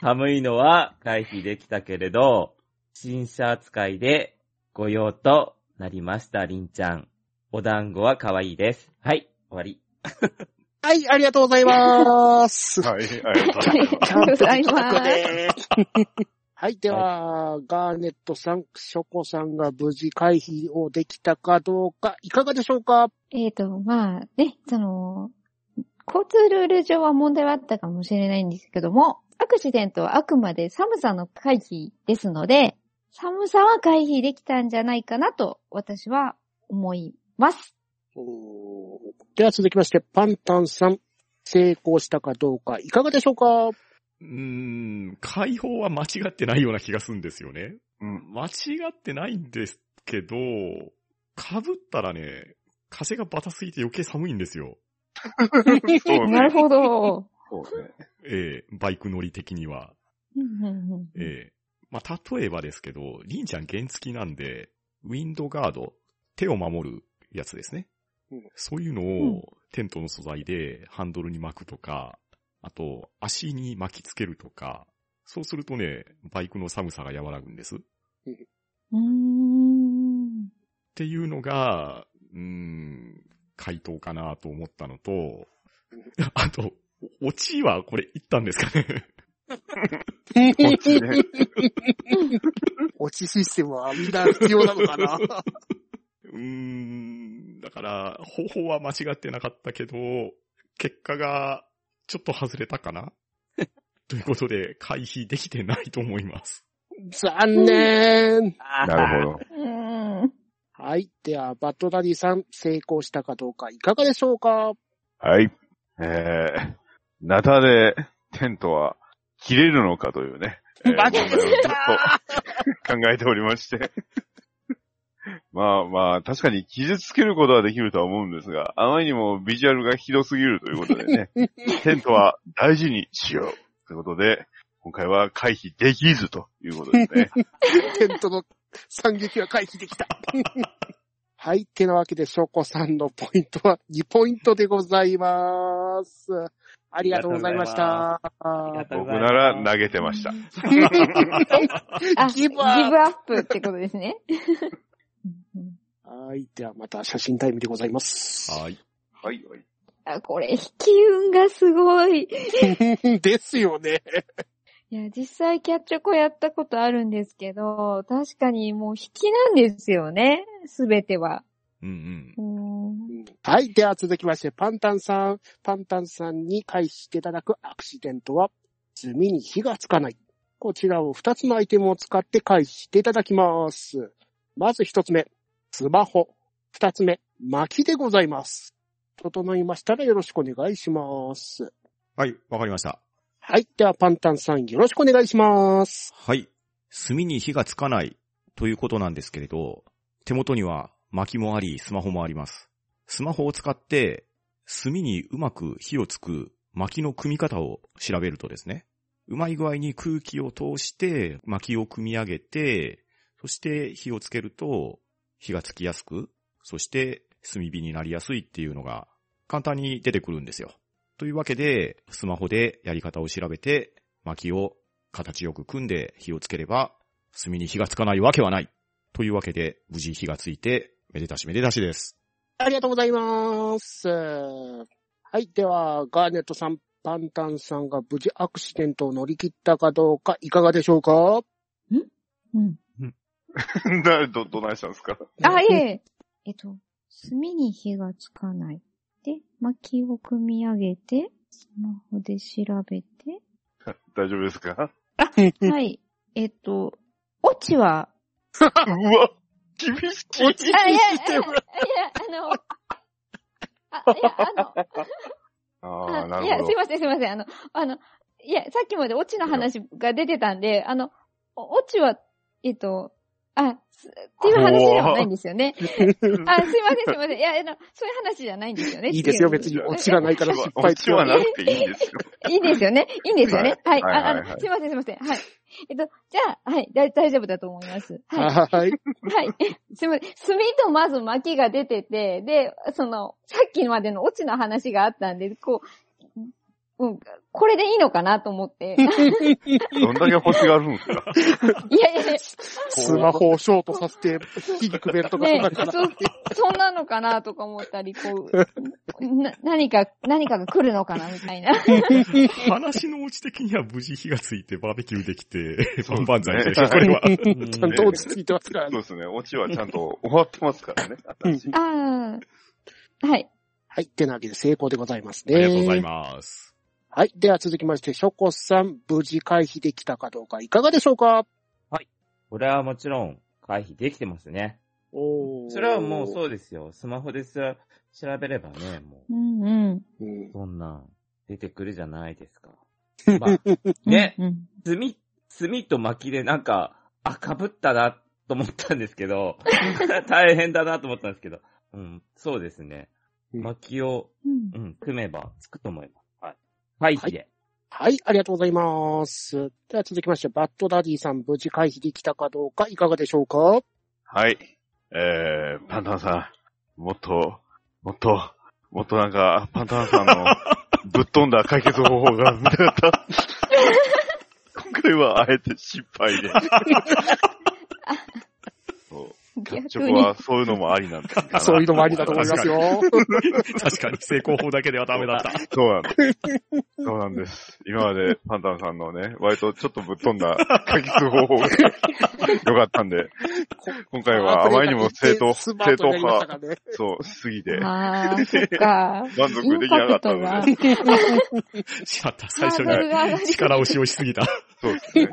E: 寒いのは回避できたけれど、不審者扱いでご用となりました、りんちゃん。お団子は可愛いです。はい、終わり。
F: はい、ありがとうございます。
A: はい、ありがとうございます。
F: キャンプ
D: ありがとうござい
F: 企画
D: ます。
F: ではい。では、ガーネットさん、ショコさんが無事回避をできたかどうか、いかがでしょうか
D: えっ、と、まあ、ね、その、交通ルール上は問題はあったかもしれないんですけども、アクシデントはあくまで寒さの回避ですので、寒さは回避できたんじゃないかなと私は思います。
F: おーでは続きまして、パンタンさん、成功したかどうか、いかがでしょうか
C: うーん、解放は間違ってないような気がするんですよね。
A: うん
C: 間違ってないんですけど、被ったらね、風がバタすぎて余計寒いんですよ。
A: そう
D: なる
A: ね。
D: ほど。
A: そうね。
C: ええバイク乗り的には。
D: うんうんうん
C: ええまあ、例えばですけど、リンちゃん原付きなんで、ウィンドガード、手を守るやつですね
F: うん。
C: そういうのをテントの素材でハンドルに巻くとか、あと足に巻きつけるとか、そうするとね、バイクの寒さが和らぐんです。っ
D: うーん。
C: ていうのが、うーん、回答かなと思ったのと、あと、オチはこれ言ったんですかね
A: こっちね。
F: 落ちシステムはみんな必要なのかな
C: うーん、だから、方法は間違ってなかったけど、結果がちょっと外れたか なということで、回避できてないと思います。
F: 残念
A: なるほど。
D: うーん。
F: はい。では、バッドダディさん、成功したかどうか、いかがでしょうか
A: はい。えー、ナタでテントは切れるのかという ね。えー
F: バカで
A: 問題をずっと考えておりまして。 まあまあ、確かに傷つけることはできるとは思うんですが、あまりにもビジュアルがひどすぎるということで ね、テントは大事にしようということで、今回は回避できずということ ですね。
F: テントの惨劇は回避できた。 はい。てなわけで、ショコさんのポイントは2ポイントでございます。ありがとうございました。
E: がとうご
A: 僕
E: ざいます
A: なら投げてました。
D: あ、
F: ギ
D: ギ
F: ブ
D: ブ
F: アップ
D: アップってことですね。うんうん
F: はい。では、また写真タイムでございます。
C: はい。
A: はい、はい。
D: あ、これ、引き運がすごい。
F: ですよね。
D: いや、実際キャッチョコやったことあるんですけど、確かにもう引きなんですよね、すべては。
C: うん
D: うーん
F: はい。では続きまして、パンタンさん。パンタンさんに回避していただくアクシデントは、炭に火がつかない。こちらを2つのアイテムを使って回避していただきます。まず1つ目、スマホ。2つ目、薪でございます。整いましたらよろしくお願いします。
C: はい、わかりました。
F: はい。では、パンタンさんよろしくお願いします。
C: はい。炭に火がつかないということなんですけれど、手元には薪もあり、スマホもあります。スマホを使って、炭にうまく火をつく薪の組み方を調べるとですね、うまい具合に空気を通して薪を組み上げて、そして火をつけると火がつきやすく、そして炭火になりやすいっていうのが簡単に出てくるんですよ。というわけで、スマホでやり方を調べて、薪を形よく組んで火をつければ、炭に火がつかないわけはない。というわけで、無事火がついて、めでたしめでたしです。
F: ありがとうございます。はい。では、ガーネットさん、パンタンさんが無事アクシデントを乗り切ったかどうか、いかがでしょうか
D: うん。
A: な ど、どないしたんですか
D: あ、いえいえ。えっと、炭に火がつかない。で、薪を組み上げて、スマホで調べて、
A: 大丈夫ですか
D: はい。えっと、オチは、
A: うわ厳しい
F: 落ち
D: あ、いや、い
F: シス
D: や、いや
F: テム。、
D: あの、 あ、いや、あの、
A: ああ、な
D: あい
A: る
D: や、
A: ほど
D: すい。ません、すいません。あの、あの、いや、さっきまでオチの話が出てたんで、あの、おオチは、えっと、あ、すっていう話ではないんですよ ね。あ、すいません、すいません。いや、あの、そういう話じゃないんですよね。
F: いいですよ、別
D: に。
F: に落ちがないから失敗
A: 落ちはなくていいんですよ。
D: いいですよね。いいんですよね。はい。
A: はい
D: ああ
A: はいは
D: の、
A: い
D: すいません、すいません。はい。えっと、じゃあ、はい、だい大丈夫だと思います。はい。
F: は
D: は
F: い。
D: い。すみません。炭とまず薪が出てて、で、その、さっきまでのオチの話があったんで、こう、うんこれでいいのかなと思って。
A: どんだけ星があるんですか
D: いやいやいや、
F: スマホをショートさせて、火にくべるとか、そん
D: ね
F: なかな。
D: そ、そんなのかなとか思ったり、こ う、な、何か、何かが来るのかなみたいな。
C: 話のうち的には無事火がついてバーベキューでき て、
A: そうですね
C: 万々歳でした、これ は。
F: ちゃんと落ち着いてますか
A: そ
F: ら
A: う
F: ね。
A: ですね。オチはちゃんと終わってますからね。私
D: ああ。はい。
F: はい。ってなわけで成功でございます
C: あ
F: ね。
C: りがとうございます。
F: はい。では続きまして、ショコさん、無事回避できたかどうか、いかがでしょうか
E: これはもちろん回避できてますね。
F: お。
E: それはもうそううですよ。スマホですら調べればね、も
D: うんうん。
F: うん
E: う、そんなん出てくるじゃないですか。まあ、 ね、
D: うんうん。
E: 炭、炭と薪でなんか、あ、かぶったなと思ったんですけど、大変だなと思ったんですけど、うん、そうですね。
F: うん
E: 薪を、
D: うん
E: うん、組めばつくと思います。はい。回避で。
F: はい。ありがとうございます。では続きまして、バッドダディさん、無事回避できたかどうか、いかがでしょうか
A: はい。えー、パンタンさん、もっと、もっと、もっとなんか、パンタンさんのぶっ飛んだ解決方法が見たかった。今回はあえて失敗 で。そう。キャッチョコはそういうのもありなんだな。
F: そういうのもありだと思います よ。
C: 確かに成功法だけではダメだった。
A: そうなんです。そうなんです。今までパンタンさんのね、割とちょっとぶっ飛んだ解決方 法が良かったんで、今回はあまりにも正 当、正
F: スマート
A: 当
F: になりました
A: 派、
F: からね。
A: そう、すぎて、
D: ああ、そっ か。
A: 満足できなかったの
D: インパ
A: で、
D: クトが
C: しまった、最初
D: ハードルが上が
C: に
D: り
C: 力を使用しすぎ た。
A: そうですね。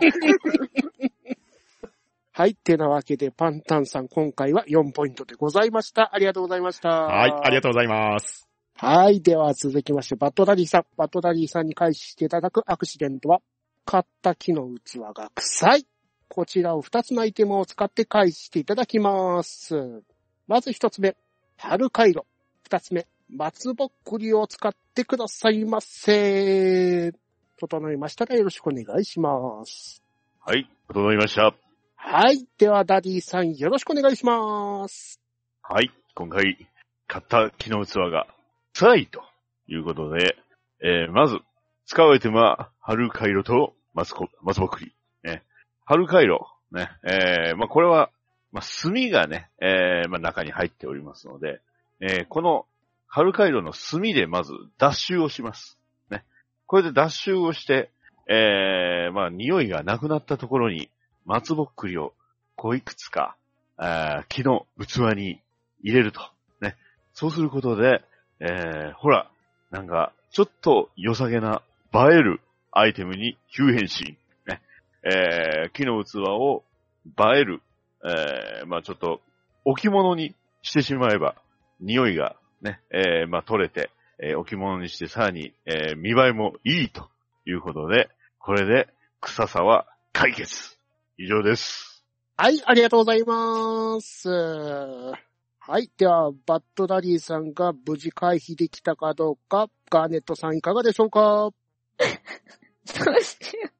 F: はい。てなわけで、パンタンさん、今回は4ポイントでございました。ありがとうございました。
C: はい、ありが
F: と
C: とうございます。
F: う。はい。では、続きまして、バッドダディさん。バッドダディさんに開始していただくアクシデントは、買った木の器が臭い。こちらを2つのアイテムを使って開始していただきます。まず1つ目、春回路。2つ目、松ぼっくりを使ってくださいませ。整いましたらよろしくお願いします。
A: はい、整いました。
F: はい。では、ダディさん、よろしくお願いします。
A: はい、今回、買った木の器が、臭いということで、えー、まず、使うアイテムは、春回路と松こ、松ぼっくり。ね。春回路、ね。えー、まあ、これは、まあ、炭がね、えー、まあ、中に入っておりますので、えー、この、春回路の炭でまず、脱臭をします。ね。これで脱臭をして、えー、まあ、匂いがなくなったところに、松ぼっくりを、こういくつか、あー木の器に入れると。ね。そうすることで、えー、ほら、なんか、ちょっと良さげな映えるアイテムに急変身。ね。えー、木の器を映える、えー、まあちょっと置物にしてしまえば、匂いがね、えー、まあ取れて、えー、置物にしてさらに、えー、見栄えもいいということで、これで臭さは解決。以上です。
F: はい、ありがとうございます。はい。では、バッドダディさんが無事回避できたかどうか、ガーネットさんいかがでしょうか
D: どうしよう。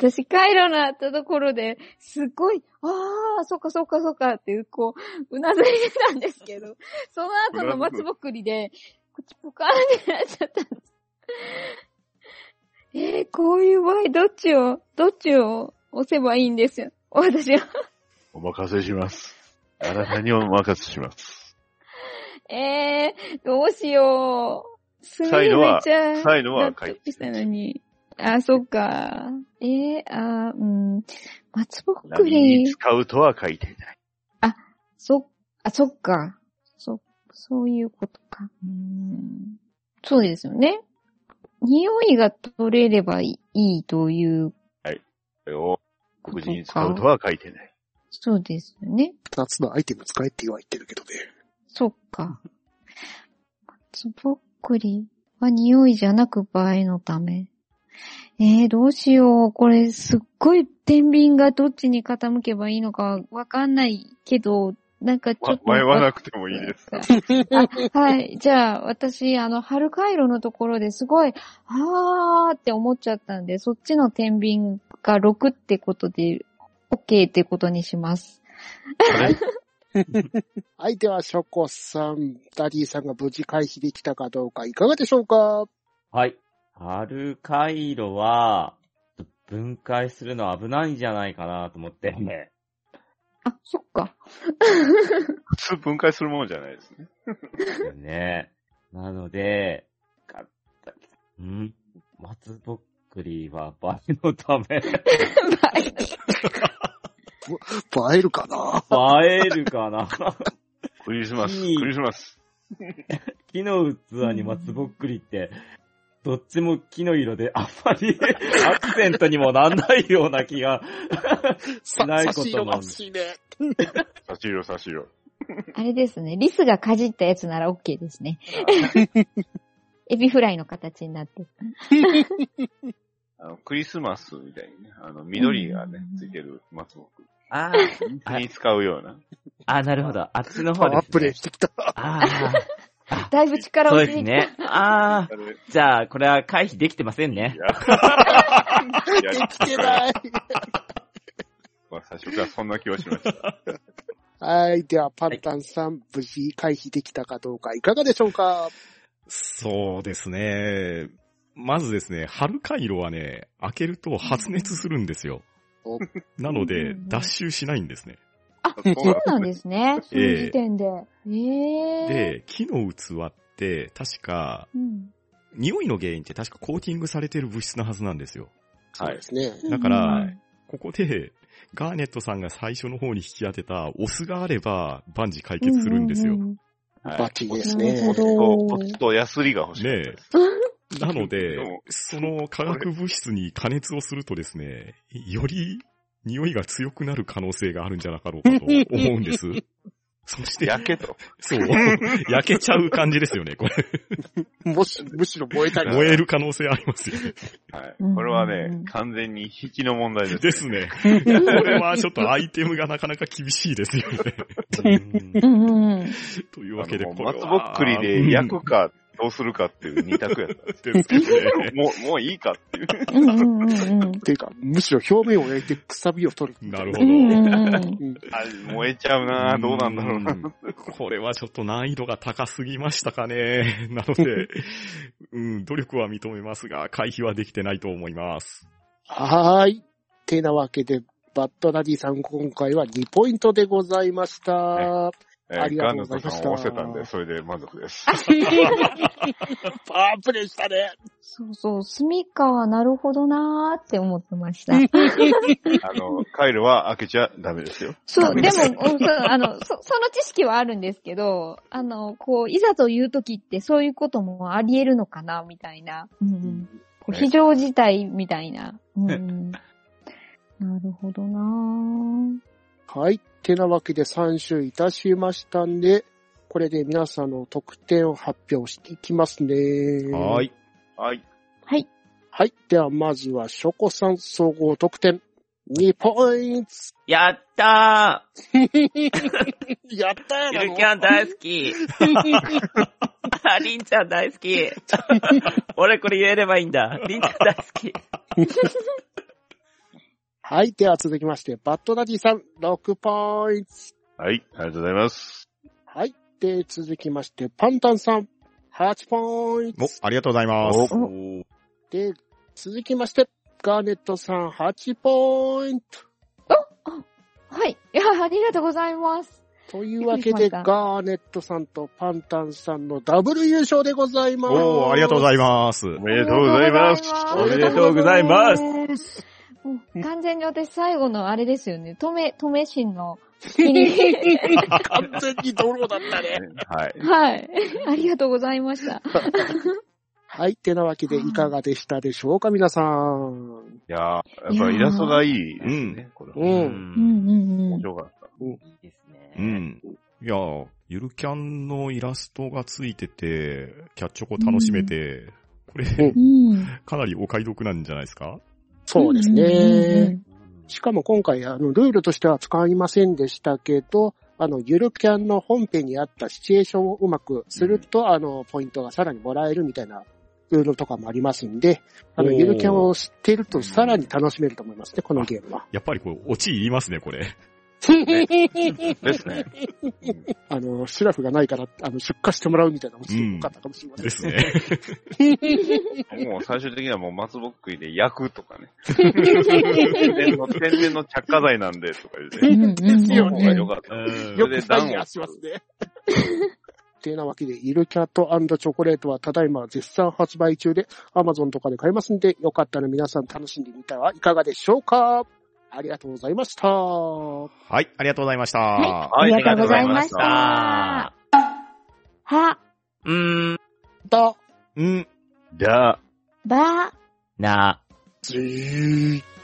D: 私、カイロのあったところで、すっごい、ああ、そっかそっかそっかって、こう、うなずいてたんですけど、その後の松ぼっくりで、こっちポカーンってなっちゃったんです。えー、こういう場合、どっちを、どっちを押せばいいんですよ。私は。
A: お任せします。あなたにお任せします。
D: えー、どうしよう。す
A: 臭いのは
D: ちゃ
A: 臭いのは
D: 納得したのに。あ、そっか。えー、あー、うん。松ぼっく
A: 何に
D: り。
A: 使うとは書いていない。
D: そ、あ、そっか。そ、そういうことか。うーんそうですよね。匂いが取れればいいという
A: これを
D: こ
A: 黒
D: と
A: 人に使
D: か
A: う。とは書いてない。
D: そうですよね。
F: 二つのアイテム使えって言われてるけどね。
D: そっか。松ぼっくりは匂いじゃなく場合のため。えー、どうしよう。これすっごい天秤がどっちに傾けばいいのかわかんないけど、なんかちょっ
A: わ
D: と。
A: 迷わなくてもいいです。
D: あはい。じゃあ、私、あの、春回路のところですごい、あーって思っちゃったんで、そっちの天秤が6ってことで、OK ってことにします。
F: はい。では、ショコさん、ダディさんが無事回避できたかどうか、いかがでしょうか
E: はい。アルカイロは、分解するの危ないんじゃないかなと思って。
D: あ、そっか。
A: 普通分解するものじゃないですね。
E: よね。なので、かったん松ぼっくりは倍の ため、
F: 映えるかな
E: 映えるかな
A: クリスマス、
E: いい
A: クリスマス。
E: 木の器に松ぼっくりって、どっちも木の色であんまり アクセントにもなんないような気が。
F: さ
E: ないことも
F: 差し色が欲しいね。
A: 差し色差し 色。
D: あれですね。リスがかじったやつなら OK ですね。エビフライの形になってる。
A: あの、クリスマスみたいにね、あの、緑がね
D: う、ん
A: ついてる松ぼっくり
E: ああ
A: に使うような。
E: あ、なるほど。あっちの
F: パワープレイしてきた。
E: ああ。
D: だいぶ力を
E: そう
D: 入
E: で
D: れ
E: す
D: て、
E: ね。ああ
A: あ、れい
E: じゃあ、これは回避できてませんね。
A: や、い
F: で
A: や
F: きてない。
A: まあ最初からそんな気はしました。
F: はい。では、パンタンさん、無事回避できたかどうか、いかがでしょうか
C: そうですね。まずですね、春回路はね、開けると発熱するんですよ
F: お。
C: なの
D: うんうんう
C: で、
D: ん
C: 脱臭しないんですね。
D: そうなんですね。そ
C: ええ
D: の時点で。ええ
C: で、木の器って、確か、
D: うん
C: 匂いの原因って確かコーティングされてる物質なはずなんですよ。
F: そうですね。
C: だから
D: うん
C: ここで、ガーネットさんが最初の方に引き当てた、オスがあれば、万事解決するんですよ。
D: うううん
A: はい
F: バッチリです
D: な
F: ね
D: る。ほ
A: そう、
D: ど
A: ポ。ッとヤスリが欲しい。
C: ねえ。なので
A: でも、
C: その化学物質に加熱をするとですね、より匂いが強くなる可能性があるんじゃなかろうか と思うんです。そして、
A: やけと。
C: そう、焼けちゃう感じですよね、これ。
F: もし、むしろ燃えたり。
C: 燃える可能性ありますよね。
A: はい
D: うん。
A: これは
D: う
A: ね
D: ん、
A: 完全に引きの問題です。
C: ですね。これはちょっとアイテムがなかなか厳しいですよね。
D: うん うんうん。
C: という
A: あ
C: わけで、
A: の
C: こ
A: も
C: れ
A: う
C: は。
A: 松ぼっくりで焼くか、どうするかっていう二択やったんです
C: うんですけどね。
A: もう、もういいかっていう。
D: うんうんうんうん。
F: っていうか、むしろ表面を焼いてくさびを取る。
C: なる
D: う
C: ほ
D: ん
C: ど。
D: うん うん。
F: うん
A: あ燃えちゃうなぁどうなんだろうな。
C: うんこれはちょっと難易度が高すぎましたかね。 なので、うん、努力は認めますが、回避はできてないと思います。
F: はーい。てなわけで、バッドダディさん、今回は2ポイントでございました。
A: えー
F: あり
A: ガ
F: が
A: ン
F: とうご
A: ダ
F: ざ
A: ムさ
F: いました
A: んを押せたんで、それで満足です。
F: パワープレイしたね。
D: そうそう、住みかはなるほどなーって思ってました。
A: あの、カイルは開けちゃダメですよ。
D: そう、
A: ダメ
D: で
A: です
D: も、うんそうあの、そ、 その知識はあるんですけど、あの、こう、いざという時ってそういうこともあり得るのかな、みたいな。うんうん。こう
A: ね
D: 非常事態みたいな。うんうん。 なるほどなー
F: はい。てなわけで3周いたしましたんで、これで皆さんの得点を発表していきますね。。
C: はいい。
A: はい。
D: はい。
F: はい。では、まずは、ショコさん総合得点。2ポイント
E: やった
F: やった
E: ーゆ
F: やな
E: る
F: の
E: キャン大好きあ、りんちゃん大好き俺これ言えればいいんだ。りんちゃん大好き。
F: はい。では、続きまして、バッドダディさん、6ポイント。
A: はい。ありがとうございます。
F: はい。で、続きまして、パンタンさん、8ポイント。
C: お、ありがとうございます。
E: お
F: で、続きまして、ガーネットさん、8ポイント。
D: はい。いや、ありがとうございます。
F: というわけ
D: びっ
F: で、
D: くりしました
F: ガーネットさんとパンタンさんのダブル優勝でございます。
C: おー、ありがとうございます。
A: おめでとうございます。
D: おめで
E: とうございます
D: す。もう完全に私最後のあれですよね。止め、止め心の 隙に。
F: 完全にドローだったね。
A: はい。
D: はい。ありがとうございました。
F: はい。てなわけで、いかがでしたでしょうか、皆さん。
A: いやーやっぱイラストがいいです
C: いや
A: ね、これ。
F: う。
E: うん
D: うんうんう
A: 面
D: ん。
A: 白かった。
E: いいですね。
C: うん。いやーゆるキャンのイラストがついてて、キャッチョコ楽しめて、これ
F: う、
D: うん。
C: かなりお買い得なんじゃないですか
F: そうです
D: うんうんう
F: ね。
D: ん。
F: しかも今回、あの、ルールとしては使いませんでしたけど、あの、ゆるキャンの本編にあったシチュエーションをうまくすると、あの、ポイントがさらにもらえるみたいなルールとかもありますんで、あの、
C: おー
F: ゆるキャンを知っているとさらに楽しめると思いますね、このゲームは。
C: やっぱりこれ、オチいりますね、これ。
A: ですね。
F: あの、シュラフがないから、あの、出荷してもらうみたいなのもすごかったかもしれません。
C: ですね。
A: もう最終的にはもう松ぼっくりで焼くとかね。天 然の、天然の着火剤なんでとか言って。
G: うんうんうん
F: ですよ
A: 方が
F: ね
A: 良。かった。
E: うん
F: よく再現しますね。てなわけで、イルキャットチョコレートはただいま絶賛発売中で、Amazon とかで買えますんで、よかったら皆さん楽しんでみてはいかがでしょうかありがとうございました。
C: はい、ありがとうございました。
D: あ
A: は
D: りがとうございまし
A: ありがとうございました
D: た。は、
E: うーん、
F: だ、
C: うん。
H: だ、
D: ば、
E: な、
F: じー。